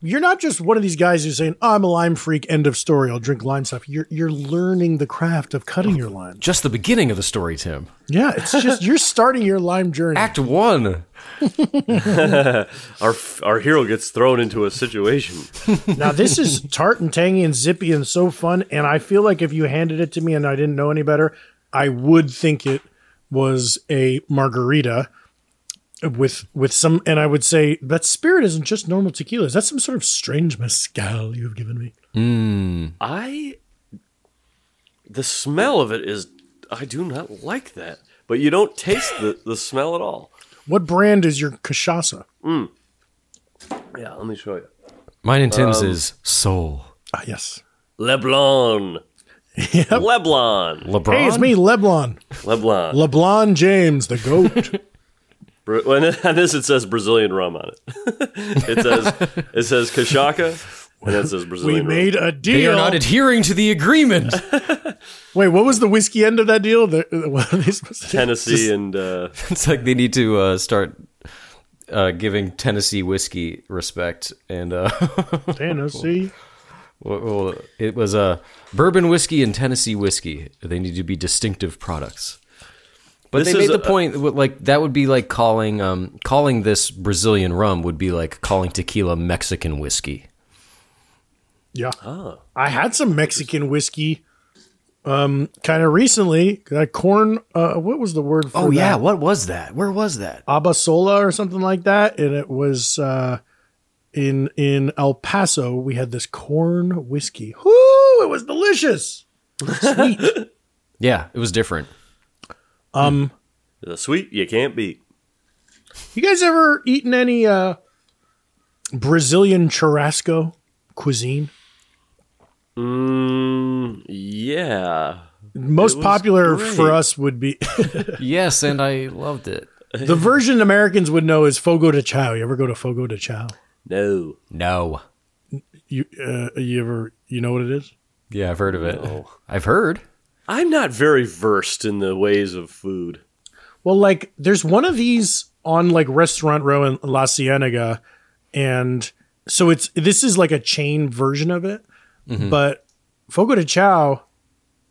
you're not just one of these guys who's saying, oh, "I'm a lime freak." End of story. I'll drink lime stuff. You're you're learning the craft of cutting your lime.
Just the beginning of the story, Tim.
Yeah, it's just you're starting your lime journey.
Act one.
our f- our hero gets thrown into a situation.
Now this is tart and tangy and zippy and so fun. And I feel like if you handed it to me and I didn't know any better, I would think it was a margarita. with with some and I would say that spirit isn't just normal tequilas. That's some sort of strange mezcal you've given me.
I the smell of it is I do not like that. But you don't taste the, the smell at all.
What brand is your cachaça?
Yeah, let me show you.
Mine and Tim's is soul.
Ah, yes.
Leblon. Leblon.
LeBron.
Hey, it's me, Leblon.
Leblon.
Leblon James, the goat.
Bra- well, on this it <laughs> says Brazilian rum on it. <laughs> it says it says Kashaka and it says
we
Brazilian
made
rum.
a
They are
deal.
not adhering to the agreement.
Wait, what was the whiskey end of that deal? The, what <laughs> are they supposed to do?
Tennessee and uh,
it's like they need to uh, start uh, giving Tennessee whiskey respect. And uh, <laughs>
Tennessee.
well, well, it was uh, bourbon whiskey and Tennessee whiskey. They need to be distinctive products. But
This
they made
is
the
a-
point with, like that would be like calling um, calling this Brazilian rum would be like calling tequila Mexican whiskey.
Yeah. I had some Mexican whiskey um kind of recently. That corn uh what was the word for that?
Oh, what was that? Where was that?
Abasola or something like that, and it was uh, in in El Paso. We had this corn whiskey. Whoo! It was delicious. Sweet.
Yeah, it was different.
um,
the sweet you can't beat.
you guys ever eaten any uh, Brazilian churrasco cuisine?
Mm, yeah.
Most popular
great.
for us would be
yes, and I loved it.
the version Americans would know is Fogo de Chao. You ever go to Fogo de Chao?
No.
No.
You uh, you ever you know what it is?
Yeah, I've heard of it. I've heard.
I'm not very versed in the ways of food.
Well, like there's one of these on like Restaurant Row in La Cienega, and so it's this is like a chain version of it, but Fogo de Chao.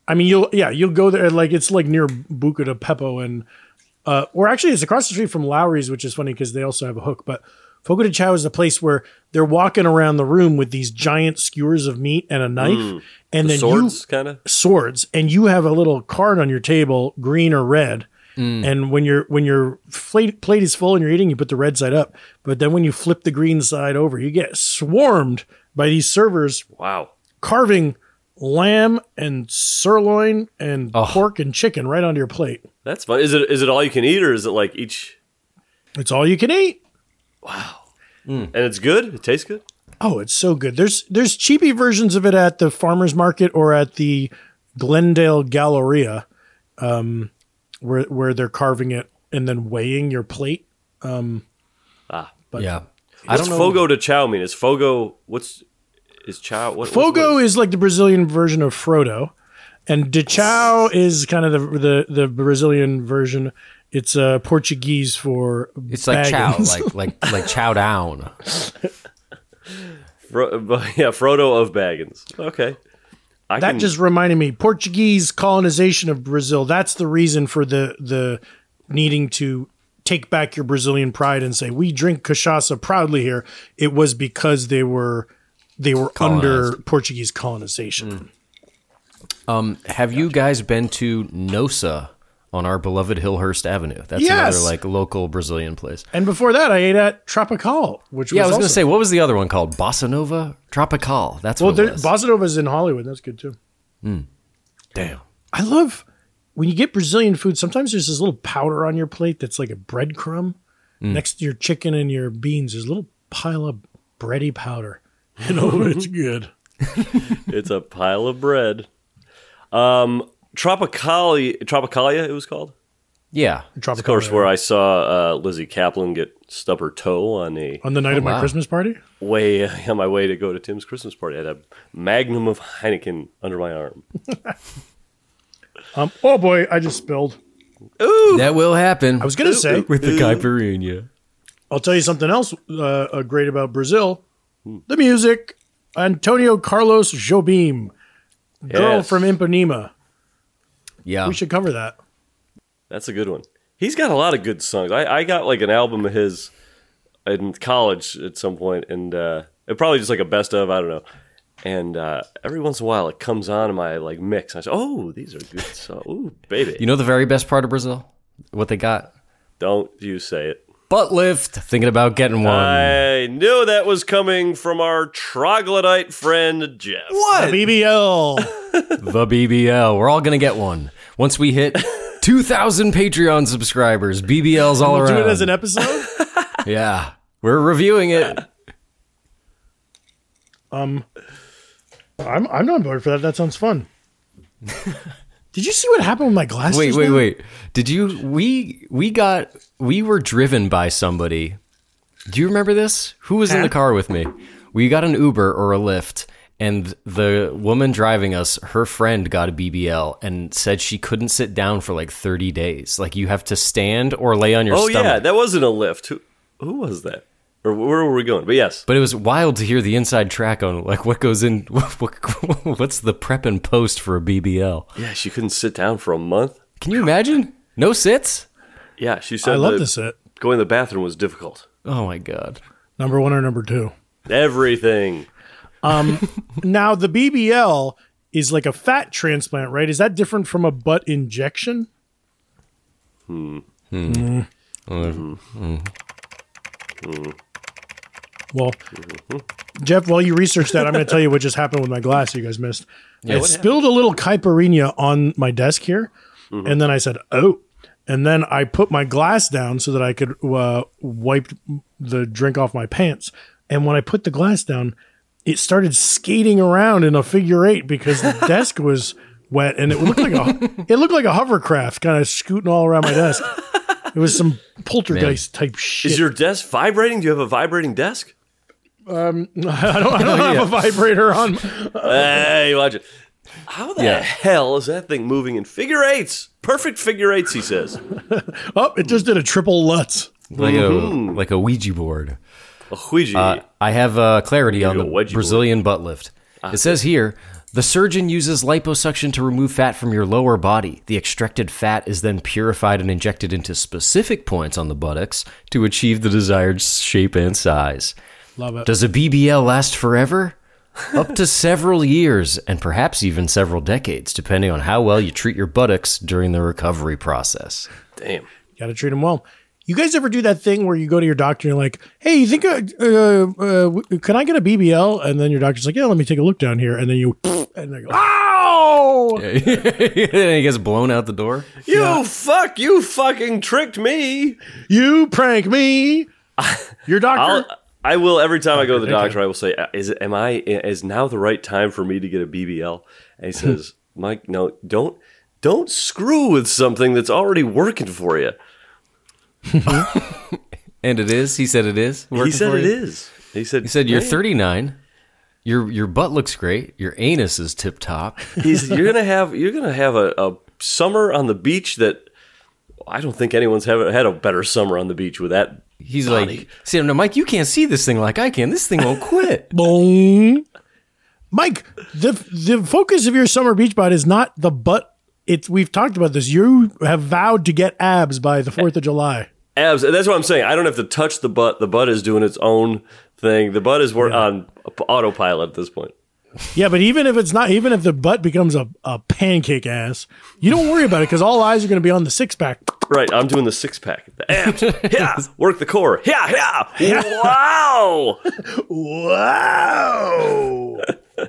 I mean, you'll yeah, you'll go there like it's like near Buca de Pepo and uh, or actually it's across the street from Lowry's, which is funny because they also have a hook. But Fogo de Chao is the place where they're walking around the room with these giant skewers of meat and a knife, and then you
Swords kind of.
swords and you have a little card on your table green or red and when your when your plate, plate is full and you're eating you put the red side up but then when you flip the green side over you get swarmed by these servers
Wow.
carving lamb and sirloin and pork and chicken right onto your plate
That's fun. Is it is it all you can eat or is it like each
it's all you can eat
and it's good? It tastes good?
Oh, it's so good. There's there's cheapy versions of it at the farmers market or at the Glendale Galleria, um, where where they're carving it and then weighing your plate.
yeah. I
What's
don't know.
Fogo to chow mean? Is Fogo what's is chow what what's the
Fogo
word?
is like the Brazilian version of Frodo, and de chao is kind of the the, the Brazilian version. It's uh, Portuguese for
It's like chow,
baggins.
like like like chow down.
Fro- <laughs> yeah, Frodo of Baggins. Okay. I
That
Hmm.
can,
just reminded me Portuguese colonization of Brazil. That's the reason for the the needing to take back your Brazilian pride and say we drink cachaça proudly here. It was because they were they were under Portuguese colonization.
Hmm. Have you guys been to Nosa on our beloved Hillhurst Avenue? That's
Yes.
another like local Brazilian place.
And before that, I ate at Tropical, which
Yeah, I
was
was going to
also-
say, what was the other one called? Bossa Nova Tropical. That's
Well,
what it
there,
was.
Bossa Nova's in Hollywood. That's good too.
Damn.
I love when you get Brazilian food. Sometimes there's this little powder on your plate that's like a breadcrumb next to your chicken and your beans. There's a little pile of bready powder. <laughs> You know, it's good.
it's a pile of bread. Um Tropicali Tropicalia it was called.
Yeah.
Tropical
Of course,
Island.
where I saw uh, Lizzie Kaplan get stub her toe on a
on the night of my
wow.
Christmas party.
way <laughs> on my way to go to Tim's Christmas party. I had a magnum of Heineken under my arm.
Um, oh boy, I just spilled.
That will happen.
I was gonna say,
with the caipirinha.
I'll tell you something else uh, uh, great about Brazil: the music. Antonio Carlos Jobim, girl
Yes.
from Ipanema.
Yeah.
We should cover that.
That's a good one. He's got a lot of good songs. I, I got like an album of his in college at some point, and uh, it probably just like a best of. I don't know. And uh, every once in a while, it comes on in my like mix. And I say, "Oh, these are good songs." Ooh, baby,
you know the very best part of Brazil? What they got?
don't you say it?
Butt lift. Thinking about getting one.
I knew that was coming from our troglodyte friend Jeff.
The BBL.
the BBL. We're all gonna get one once we
<laughs>
hit 2,000 Patreon subscribers. BBLs all
We'll
around.
do it as an episode.
yeah, we're reviewing
<laughs>
it.
<laughs> I'm I'm on board for that. That sounds fun. <laughs> Did you see what happened with my glasses?
wait, wait,
now?
wait. Did you? We we got we were driven by somebody. Do you remember this? Who was in the car with me? We got an Uber or a Lyft, and the woman driving us, her friend got a BBL and said she couldn't sit down for like thirty days. Like you have to stand or lay on your
Oh
stomach.
yeah, that wasn't a lift. Who, who was that? Or where were we going? But yes,
but it was wild to hear the inside track on like what goes in. <laughs> What, what, what's the prep and post for a BBL?
yeah, she couldn't sit down for a month.
Can you imagine? No sits.
Yeah, she said
I love
that
this set.
Going to the bathroom was difficult.
Oh my god.
Number one or number two.
Everything.
Now the BBL is like a fat transplant, right? Is that different from a butt injection? Hmm. Hmm. Well,
Mm-hmm.
Jeff, while you research that, I'm going to tell you what just happened with my glass. You guys missed. I spilled a little caipirinha on my desk here,
Mm-hmm.
and then I said, "Oh." And then I put my glass down so that I could uh, wipe the drink off my pants. And when I put the glass down, it started skating around in a figure eight
<laughs>
because the desk was wet and it looked like a it looked like a hovercraft kind of scooting all around my desk. It was some poltergeist type shit.
Is your desk vibrating? Do you have a vibrating desk?
<laughs> I don't, I
<laughs>
don't have a vibrator on.
Hey, watch it. How the hell is that thing moving in figure eights? Perfect figure eights, he says.
Oh, it just did a triple Lutz.
Like a like a Ouija board.
A Ouija.
Uh, I have uh, clarity on
go
the
wedgie
Brazilian butt lift. It says here the surgeon uses liposuction to remove fat from your lower body. The extracted fat is then purified and injected into specific points on the buttocks to achieve the desired shape and size.
Love it.
Does a BBL last forever? <laughs> Up to several years and perhaps even several decades, depending on how well you treat your buttocks during the recovery process.
Damn.
Got to treat them well. You guys ever do that thing where you go to your doctor and you're like, "Hey, you think uh, uh, uh, w- can I get a BBL?" And then your doctor's like, "Yeah, let me take a look down here." And then "Ah, you <laughs> and they go, "Ow!"
<laughs> and it gets blown out the door.
You fuck, you fucking tricked me.
You prank <laughs> me. Your
I'll,
doctor.
I will every time I go to the doctor, I will say, "Uh, "Is it, am I is now the right time for me to get a BBL?" And he
<laughs>
says, "Mike, no, don't don't screw with something that's already working for you."
And it is. He said it is.
He
working
said
for
it
you?
is. He said
He said, "You're
"Man." <laughs>
39. Your your butt looks great. Your anus is tip
<laughs>
top.
He said, "You're gonna have you're gonna have a, a summer on the beach that." I don't think anyone's ever had a better summer on the beach with that.
He's like, "See, no, Mike, you can't see this thing like I can. This thing
<laughs>
won't quit."
Boom. Mike, the the focus of your summer beach bod is not the butt. It's we've talked about this. You have vowed to get abs by the Fourth of July.
Abs. That's what I'm saying. I don't have to touch the butt. The butt is doing its own thing. The butt is work on autopilot at this point.
Yeah, but even if it's not, even if the butt becomes a, a pancake ass, you don't worry about it because all eyes are going to be on the six pack.
Right, I'm doing the six pack. The
<laughs>
abs. Yeah, work the core. Yeah, yeah. Wow.
Wow.
I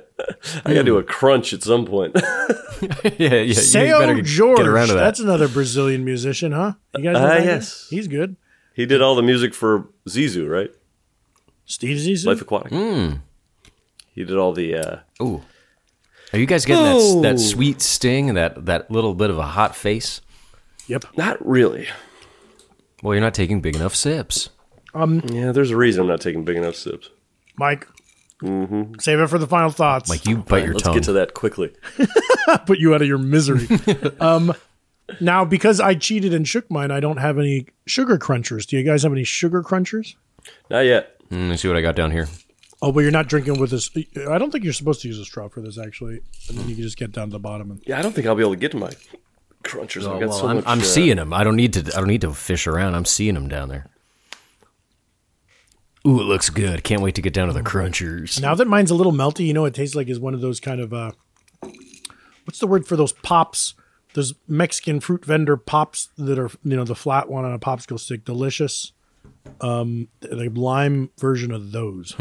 gotta do a crunch at some point. <laughs>
yeah, yeah. you better
Seo
get
George.
around to that. Uh,
That's another Brazilian musician, huh? You guys know
Ah,
that guy?
yes.
He's good.
he did all the music for Zizou, right?
Steve Zissou.
Life Aquatic.
Hmm.
He did all the. Uh,
Ooh, are you guys getting that,
Oh.
that sweet sting and that that little bit of a hot face?
Yep.
not really.
Well, you're not taking big enough sips.
Yeah, there's a reason I'm not taking big enough sips.
Mike. Save it for the final thoughts.
Like Mm-hmm. you bite your
Let's
tongue.
get to that quickly.
put you out of
<laughs>
your misery. um, now, because I cheated and shook mine, I don't have any sugar crunchers. Do you guys have any sugar crunchers?
Not yet.
Mm, let's see what I got down here.
Oh, but you're not drinking with this. I don't think you're supposed to use a straw for this, actually. And then you can just get down to the bottom. And
Yeah, I don't think I'll be able to get to my crunchers. I've got
Oh, Well,
so
I'm,
much.
I'm
uh,
seeing him. I don't need to. I don't need to fish around. I'm seeing him down there. Ooh, it looks good. Can't wait to get down to the crunchers.
now that mine's a little melty, you know, it tastes like is one of those kind of uh, what's the word for those pops? Those Mexican fruit vendor pops that are you know the flat one on a popsicle stick, delicious. Um, the lime version of those.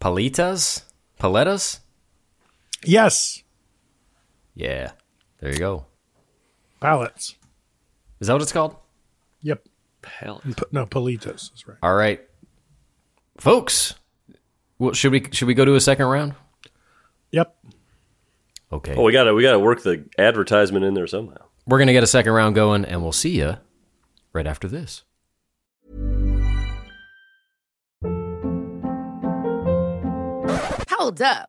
Palitas? Paletas?
Yes,
Yeah. There you go.
pallets.
Is that what it's called?
Yep. P- no, palitos is right.
All right. Folks, well, should we should we go to a second round?
Yep.
Okay.
Oh, we got to we got to work the advertisement in there somehow.
We're going to get a second round going and we'll see you right after this.
Hold up.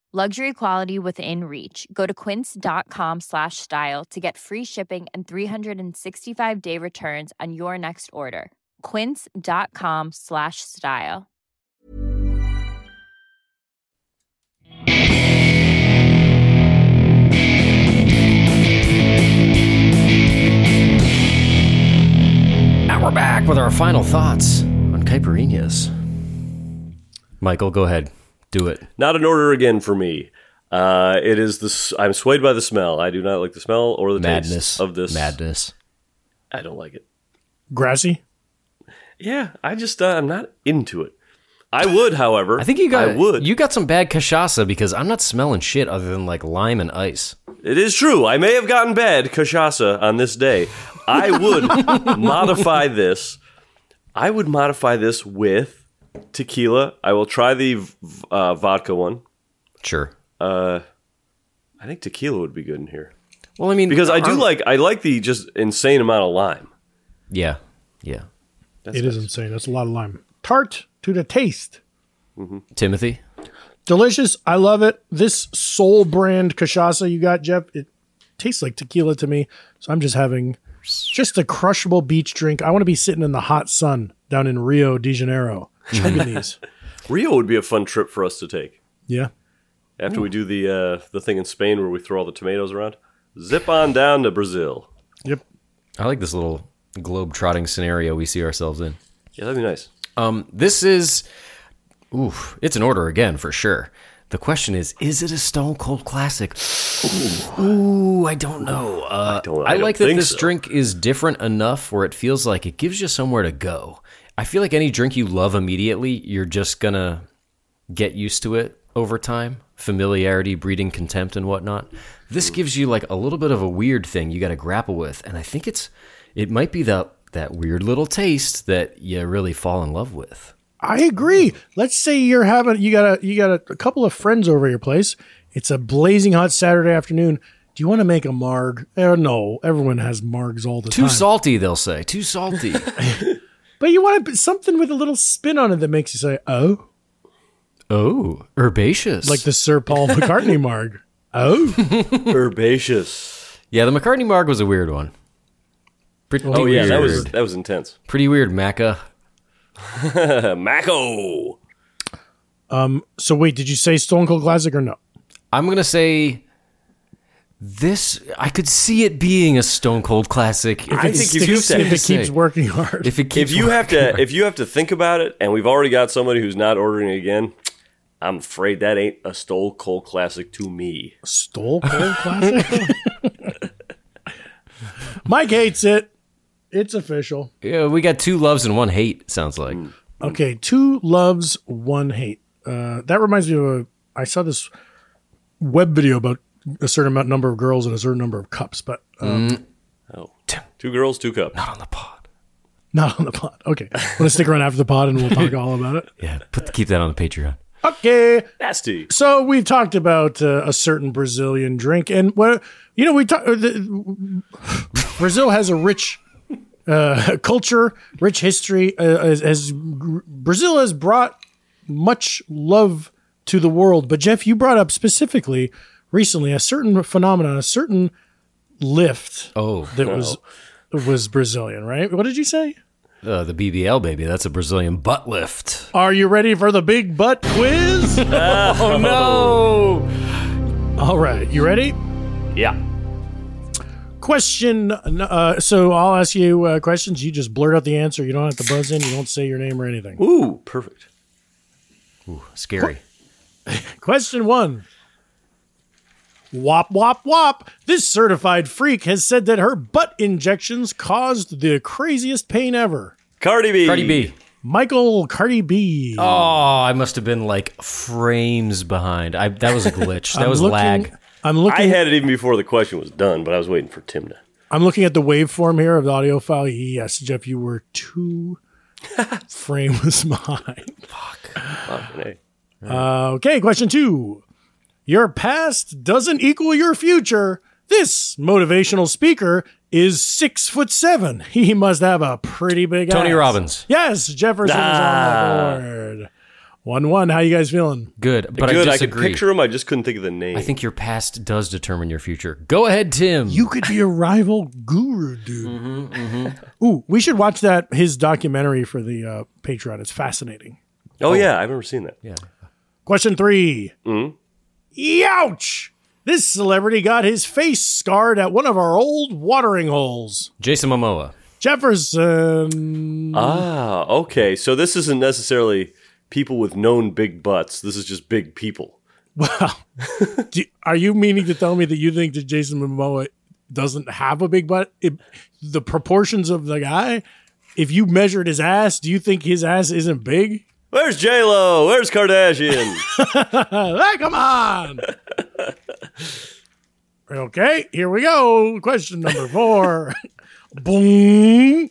Luxury quality within reach. Go to quince.com slash style to get free shipping and 365 day returns on your next order. Quince.com slash style.
And we're back with our final thoughts on caipirinhas. Michael, go ahead. Do it.
Not an order again for me. Uh, it is this. I'm swayed by the smell. I do not like the smell or the
Madness
taste of this.
Madness.
I don't like it.
Grassy.
Yeah, I just uh, I'm not into it.
<sighs>
I would, however,
I think you got
I would.
you got some bad cachaça because I'm not smelling shit other than like lime and ice.
It is true. I may have gotten bad cachaça on this day.
<laughs>
I would modify this. I would modify this with tequila. I will try the v- uh, vodka one.
Sure.
I think tequila would be good in here
Well, I mean
because I do
aren't-
like I like the just insane amount of lime.
Yeah. Yeah.
It is insane. That's a lot of lime. Tart to the taste.
Timothy.
Delicious. I love it. This soul brand cachaça you got, Jeff, it tastes like tequila to me. So I'm just having just a crushable beach drink. I want to be sitting in the hot sun down in Rio de Janeiro. Chugging these.
Rio would be a fun trip for us to take
Yeah.
after we do the uh, the thing in Spain where we throw all the tomatoes around. Zip on down to Brazil.
Yep.
I like this little globe trotting scenario we see ourselves in.
Yeah, that'd be nice.
Um, this is, oof, it's an order again for sure. The question is, is it a Stone Cold Classic? Ooh, I don't know. Uh, I,
don't- I don't
like that
think
this
so.
drink is different enough where it feels like it gives you somewhere to go. I feel like any drink you love immediately, you're just gonna get used to it over time. Familiarity breeding contempt and whatnot. This
Hmm.
gives you like a little bit of a weird thing you got to grapple with, and I think it's it might be that that weird little taste that you really fall in love with.
I agree. Let's say you're having you got a you got a, a couple of friends over your place. It's a blazing hot Saturday afternoon. Do you want to make a marg? Eh, no, everyone has margs all the
Too
time.
salty, they'll say. Too
<laughs>
salty.
But you want to something with a little spin on it that makes you say, "Oh,"
oh, herbaceous.
like the Sir Paul McCartney marg. Oh,
Herbaceous.
Yeah, the McCartney Marg was a weird one. Pretty
Oh yeah,
weird.
that was that was intense. <laughs>
pretty weird, Macca.
Uh, Mako.
so wait, did you say Stone Cold Classic or no?
I'm gonna say this. I could see it being a Stone Cold classic. If
I
it's
think if you
too
said-
safe
If
to
it keeps
say.
working hard,
if it keeps
if you have to if you have to think about it and we've already got somebody who's not ordering again i'm afraid that ain't a stole cold classic to me
Stone Cold Classic. <laughs> Mike hates it. It's official.
<laughs> yeah, we got two loves and one hate. Sounds like
Okay, two loves, one hate. Uh, that reminds me of a. I saw this web video about a certain amount number of girls and a certain number of cups, but um,
two girls two cups
on the pod.
<laughs>
not on the pod. Okay, want to stick around after the pod and we'll talk all about it.
Yeah, put keep that on the Patreon.
Okay.
Nasty.
So we've talked about uh, a certain Brazilian drink, and what you know, we talk. uh, the- Brazil has a rich uh, culture, rich history. Uh, as, as gr- Brazil has brought much love to the world, but Jeff, you brought up specifically recently a certain phenomenon, a certain lift
Oh,
that was was Brazilian, right? What did you say?
uh, the BBL baby. That's a Brazilian butt lift.
Are you ready for the big butt quiz?
Oh no!
All right, you ready?
Yeah.
Question. Uh, so I'll ask you uh, questions. You just blurt out the answer. You don't have to buzz in. You don't say your name or anything.
Ooh, perfect.
Ooh, <laughs> scary.
Question one. Wop, wop, wop. This certified freak has said that her butt injections caused the craziest pain ever.
Cardi B.
Cardi B.
Michael Cardi B.
Oh, I must have been like frames behind. I that was a glitch. That
I'm
was
looking-
lag.
I'm looking.
I had it even before the question was done, but I was waiting for Tim to.
I'm looking at the waveform here of the audio file. Yes, Jeff, you were <laughs> two <laughs> frames behind.
Fucking A.
Uh, okay, question two. Your past doesn't equal your future. This motivational speaker is six foot seven. <laughs> He must have a pretty big
Tony
ass.
Robbins.
Yes, Jefferson is on the board. One one. How you guys feeling?
Good, but
Good.
I
I could
disagree. I,
picture him. I just couldn't think of the name.
think your past does determine your future. Go ahead, Tim.
You could be a rival guru, dude. Ooh, we should watch that his documentary for the uh, Patreon. It's fascinating.
Oh, yeah, I've never seen that.
Question 3 Youch! This celebrity got his face scarred at one of our old watering holes.
Jason Momoa.
Jefferson.
Ah, okay. So this isn't necessarily people with known big butts. This is just big people.
Wow. Do, are you meaning to tell me that you think that Jason Momoa doesn't have a big butt? It, the proportions of the guy, if you measured his ass, do you think his ass isn't big?
Where's J Lo? Where's
<laughs>
Kardashian? <laughs>
Ah, come on. <laughs> okay, here we go. Question number four. <laughs> Boom.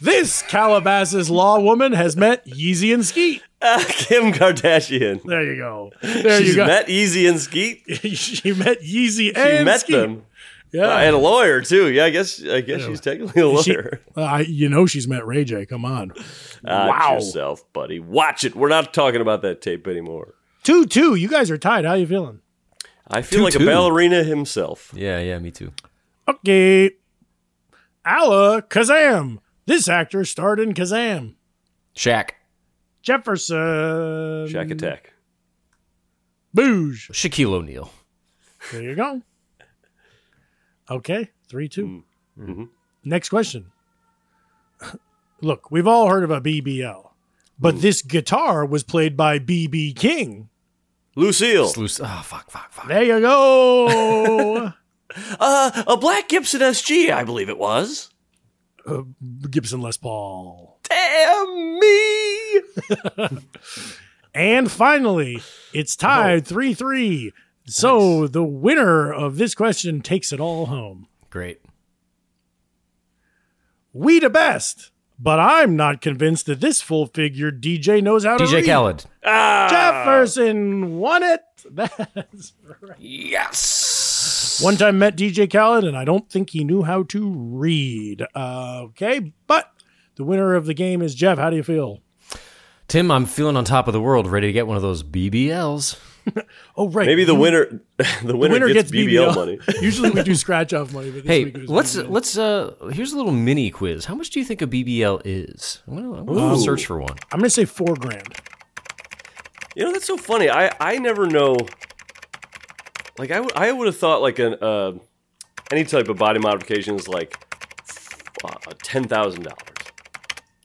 This Calabasas law woman has met Yeezy and Skeet.
Ah, Kim Kardashian.
There you go. There
She's
you go.
met Easy and Skeet. She
<laughs> she met Yeezy and
met
Skeet.
them.
Yeah.
Uh, and a lawyer too. Yeah, I guess I guess she's technically a
She-
lawyer. <laughs>
uh, I- you know she's met Ray J. Come on.
Watch
Wow.
yourself, buddy. Watch it. We're not talking about that tape anymore.
Two two. You guys are tied. How you feeling?
I feel like
Two-two.
a ballerina himself.
Yeah, yeah, me too.
Okay. Allah Kazam. This actor starred in Kazam.
Shaq.
Jefferson.
Shack attack.
Booge.
Shaquille O'Neal.
There you go. Okay, three two. Next question. Look, we've all heard about BBL, but this guitar was played by BB King.
Lucille.
Sluice. Oh, fuck, fuck, fuck.
There you go.
Uh, a black Gibson SG, I believe it was.
Gibson Les Paul.
Damn me.
<laughs> And finally, it's
Oh.
tied three three. So the winner of this question takes it all home.
Great.
We the best, but I'm not convinced that this full figure DJ knows how to
DJ
read.
Khaled.
Jefferson won it. <laughs> That's right. Yes. One time met DJ Khaled, and I don't think he knew how to read. Uh, okay, but the winner of the game is Jeff. How do you feel?
Tim, I'm feeling on top of the world, ready to get one of those BBLs.
Oh, right.
Maybe the winner, <laughs> the winner, gets, BBL, money.
<laughs> Usually we do scratch off money, but this
Hey,
week it was
let's
BBL.
let's uh here's a little mini quiz. How much do you think a BBL is? I'm gonna, I'm gonna search for one.
I'm going to say four grand.
You know that's so funny. I I never know. Like I, w- I would have thought like an uh, any type of body modification is like uh, ten thousand dollars.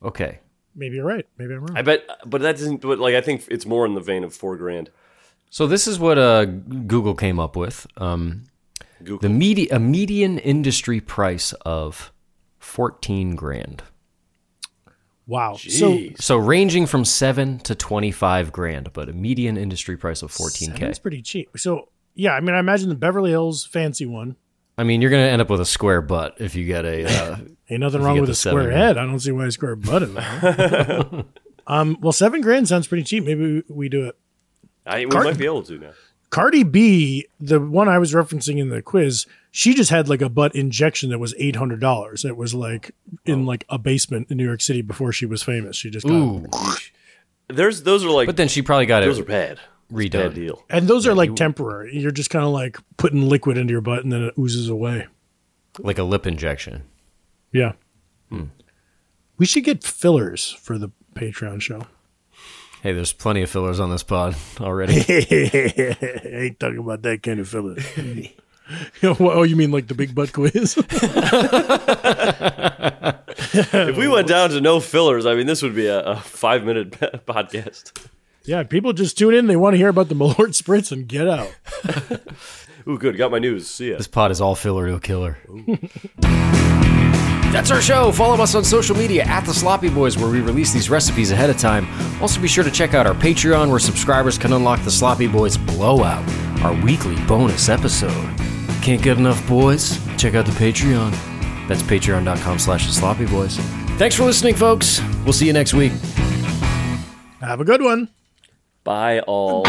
Okay.
Maybe you're right. Maybe I'm wrong.
I bet, but that doesn't. But like I think it's more in the vein of four grand.
So this is what uh, Google came up with. Um,
Google.
the media, a median industry price of fourteen grand.
wow.
So ranging from seven to twenty-five grand, but a median industry price of fourteen k.
That's pretty cheap. So, yeah, I mean, I imagine the Beverly Hills fancy one.
I mean, you're gonna end up with a square butt if you get a.
<laughs>
Uh,
Ain't nothing
If you
wrong
get
with
the
a square
seven.
head. I don't see why
<laughs>
a square butt is there. um, well, seven grand sounds pretty cheap. Maybe we, we do it.
I, we
Cart-
might be able to now.
Cardi B, the one I was referencing in the quiz, she just had like a butt injection that was eight hundred dollars. It was like
Oh.
in like a basement in New York City before she was famous. She just got
Ooh.
There's those are like
But then she probably got
those
it
are bad. It's a
redone.
Bad deal.
and those are like temporary. You're just kind of like putting liquid into your butt and then it oozes away.
like a lip injection.
Yeah. Hmm. We should get fillers for the Patreon show.
Hey, there's plenty of fillers on this pod <laughs> already.
<laughs> ain't talking about that kind of <laughs> filler. oh, you mean like the big butt quiz? <laughs>
If we went down to no fillers, I mean, this would be a, a five
<laughs>
minute podcast.
yeah, people just tune in. They want to hear about the Malort spritz and get out.
Ooh, good. Got my news. See ya.
this pod is all filler to a killer. That's our show. Follow us on social media at The Sloppy Boys, where we release these recipes ahead of time. Also, be sure to check out our Patreon, where subscribers can unlock The Sloppy Boys Blowout, our weekly bonus episode. Can't get enough, boys? Check out the Patreon. That's patreon.com slash The Sloppy Boys. Thanks for listening, folks. We'll see you next week.
Have a good one.
Bye all.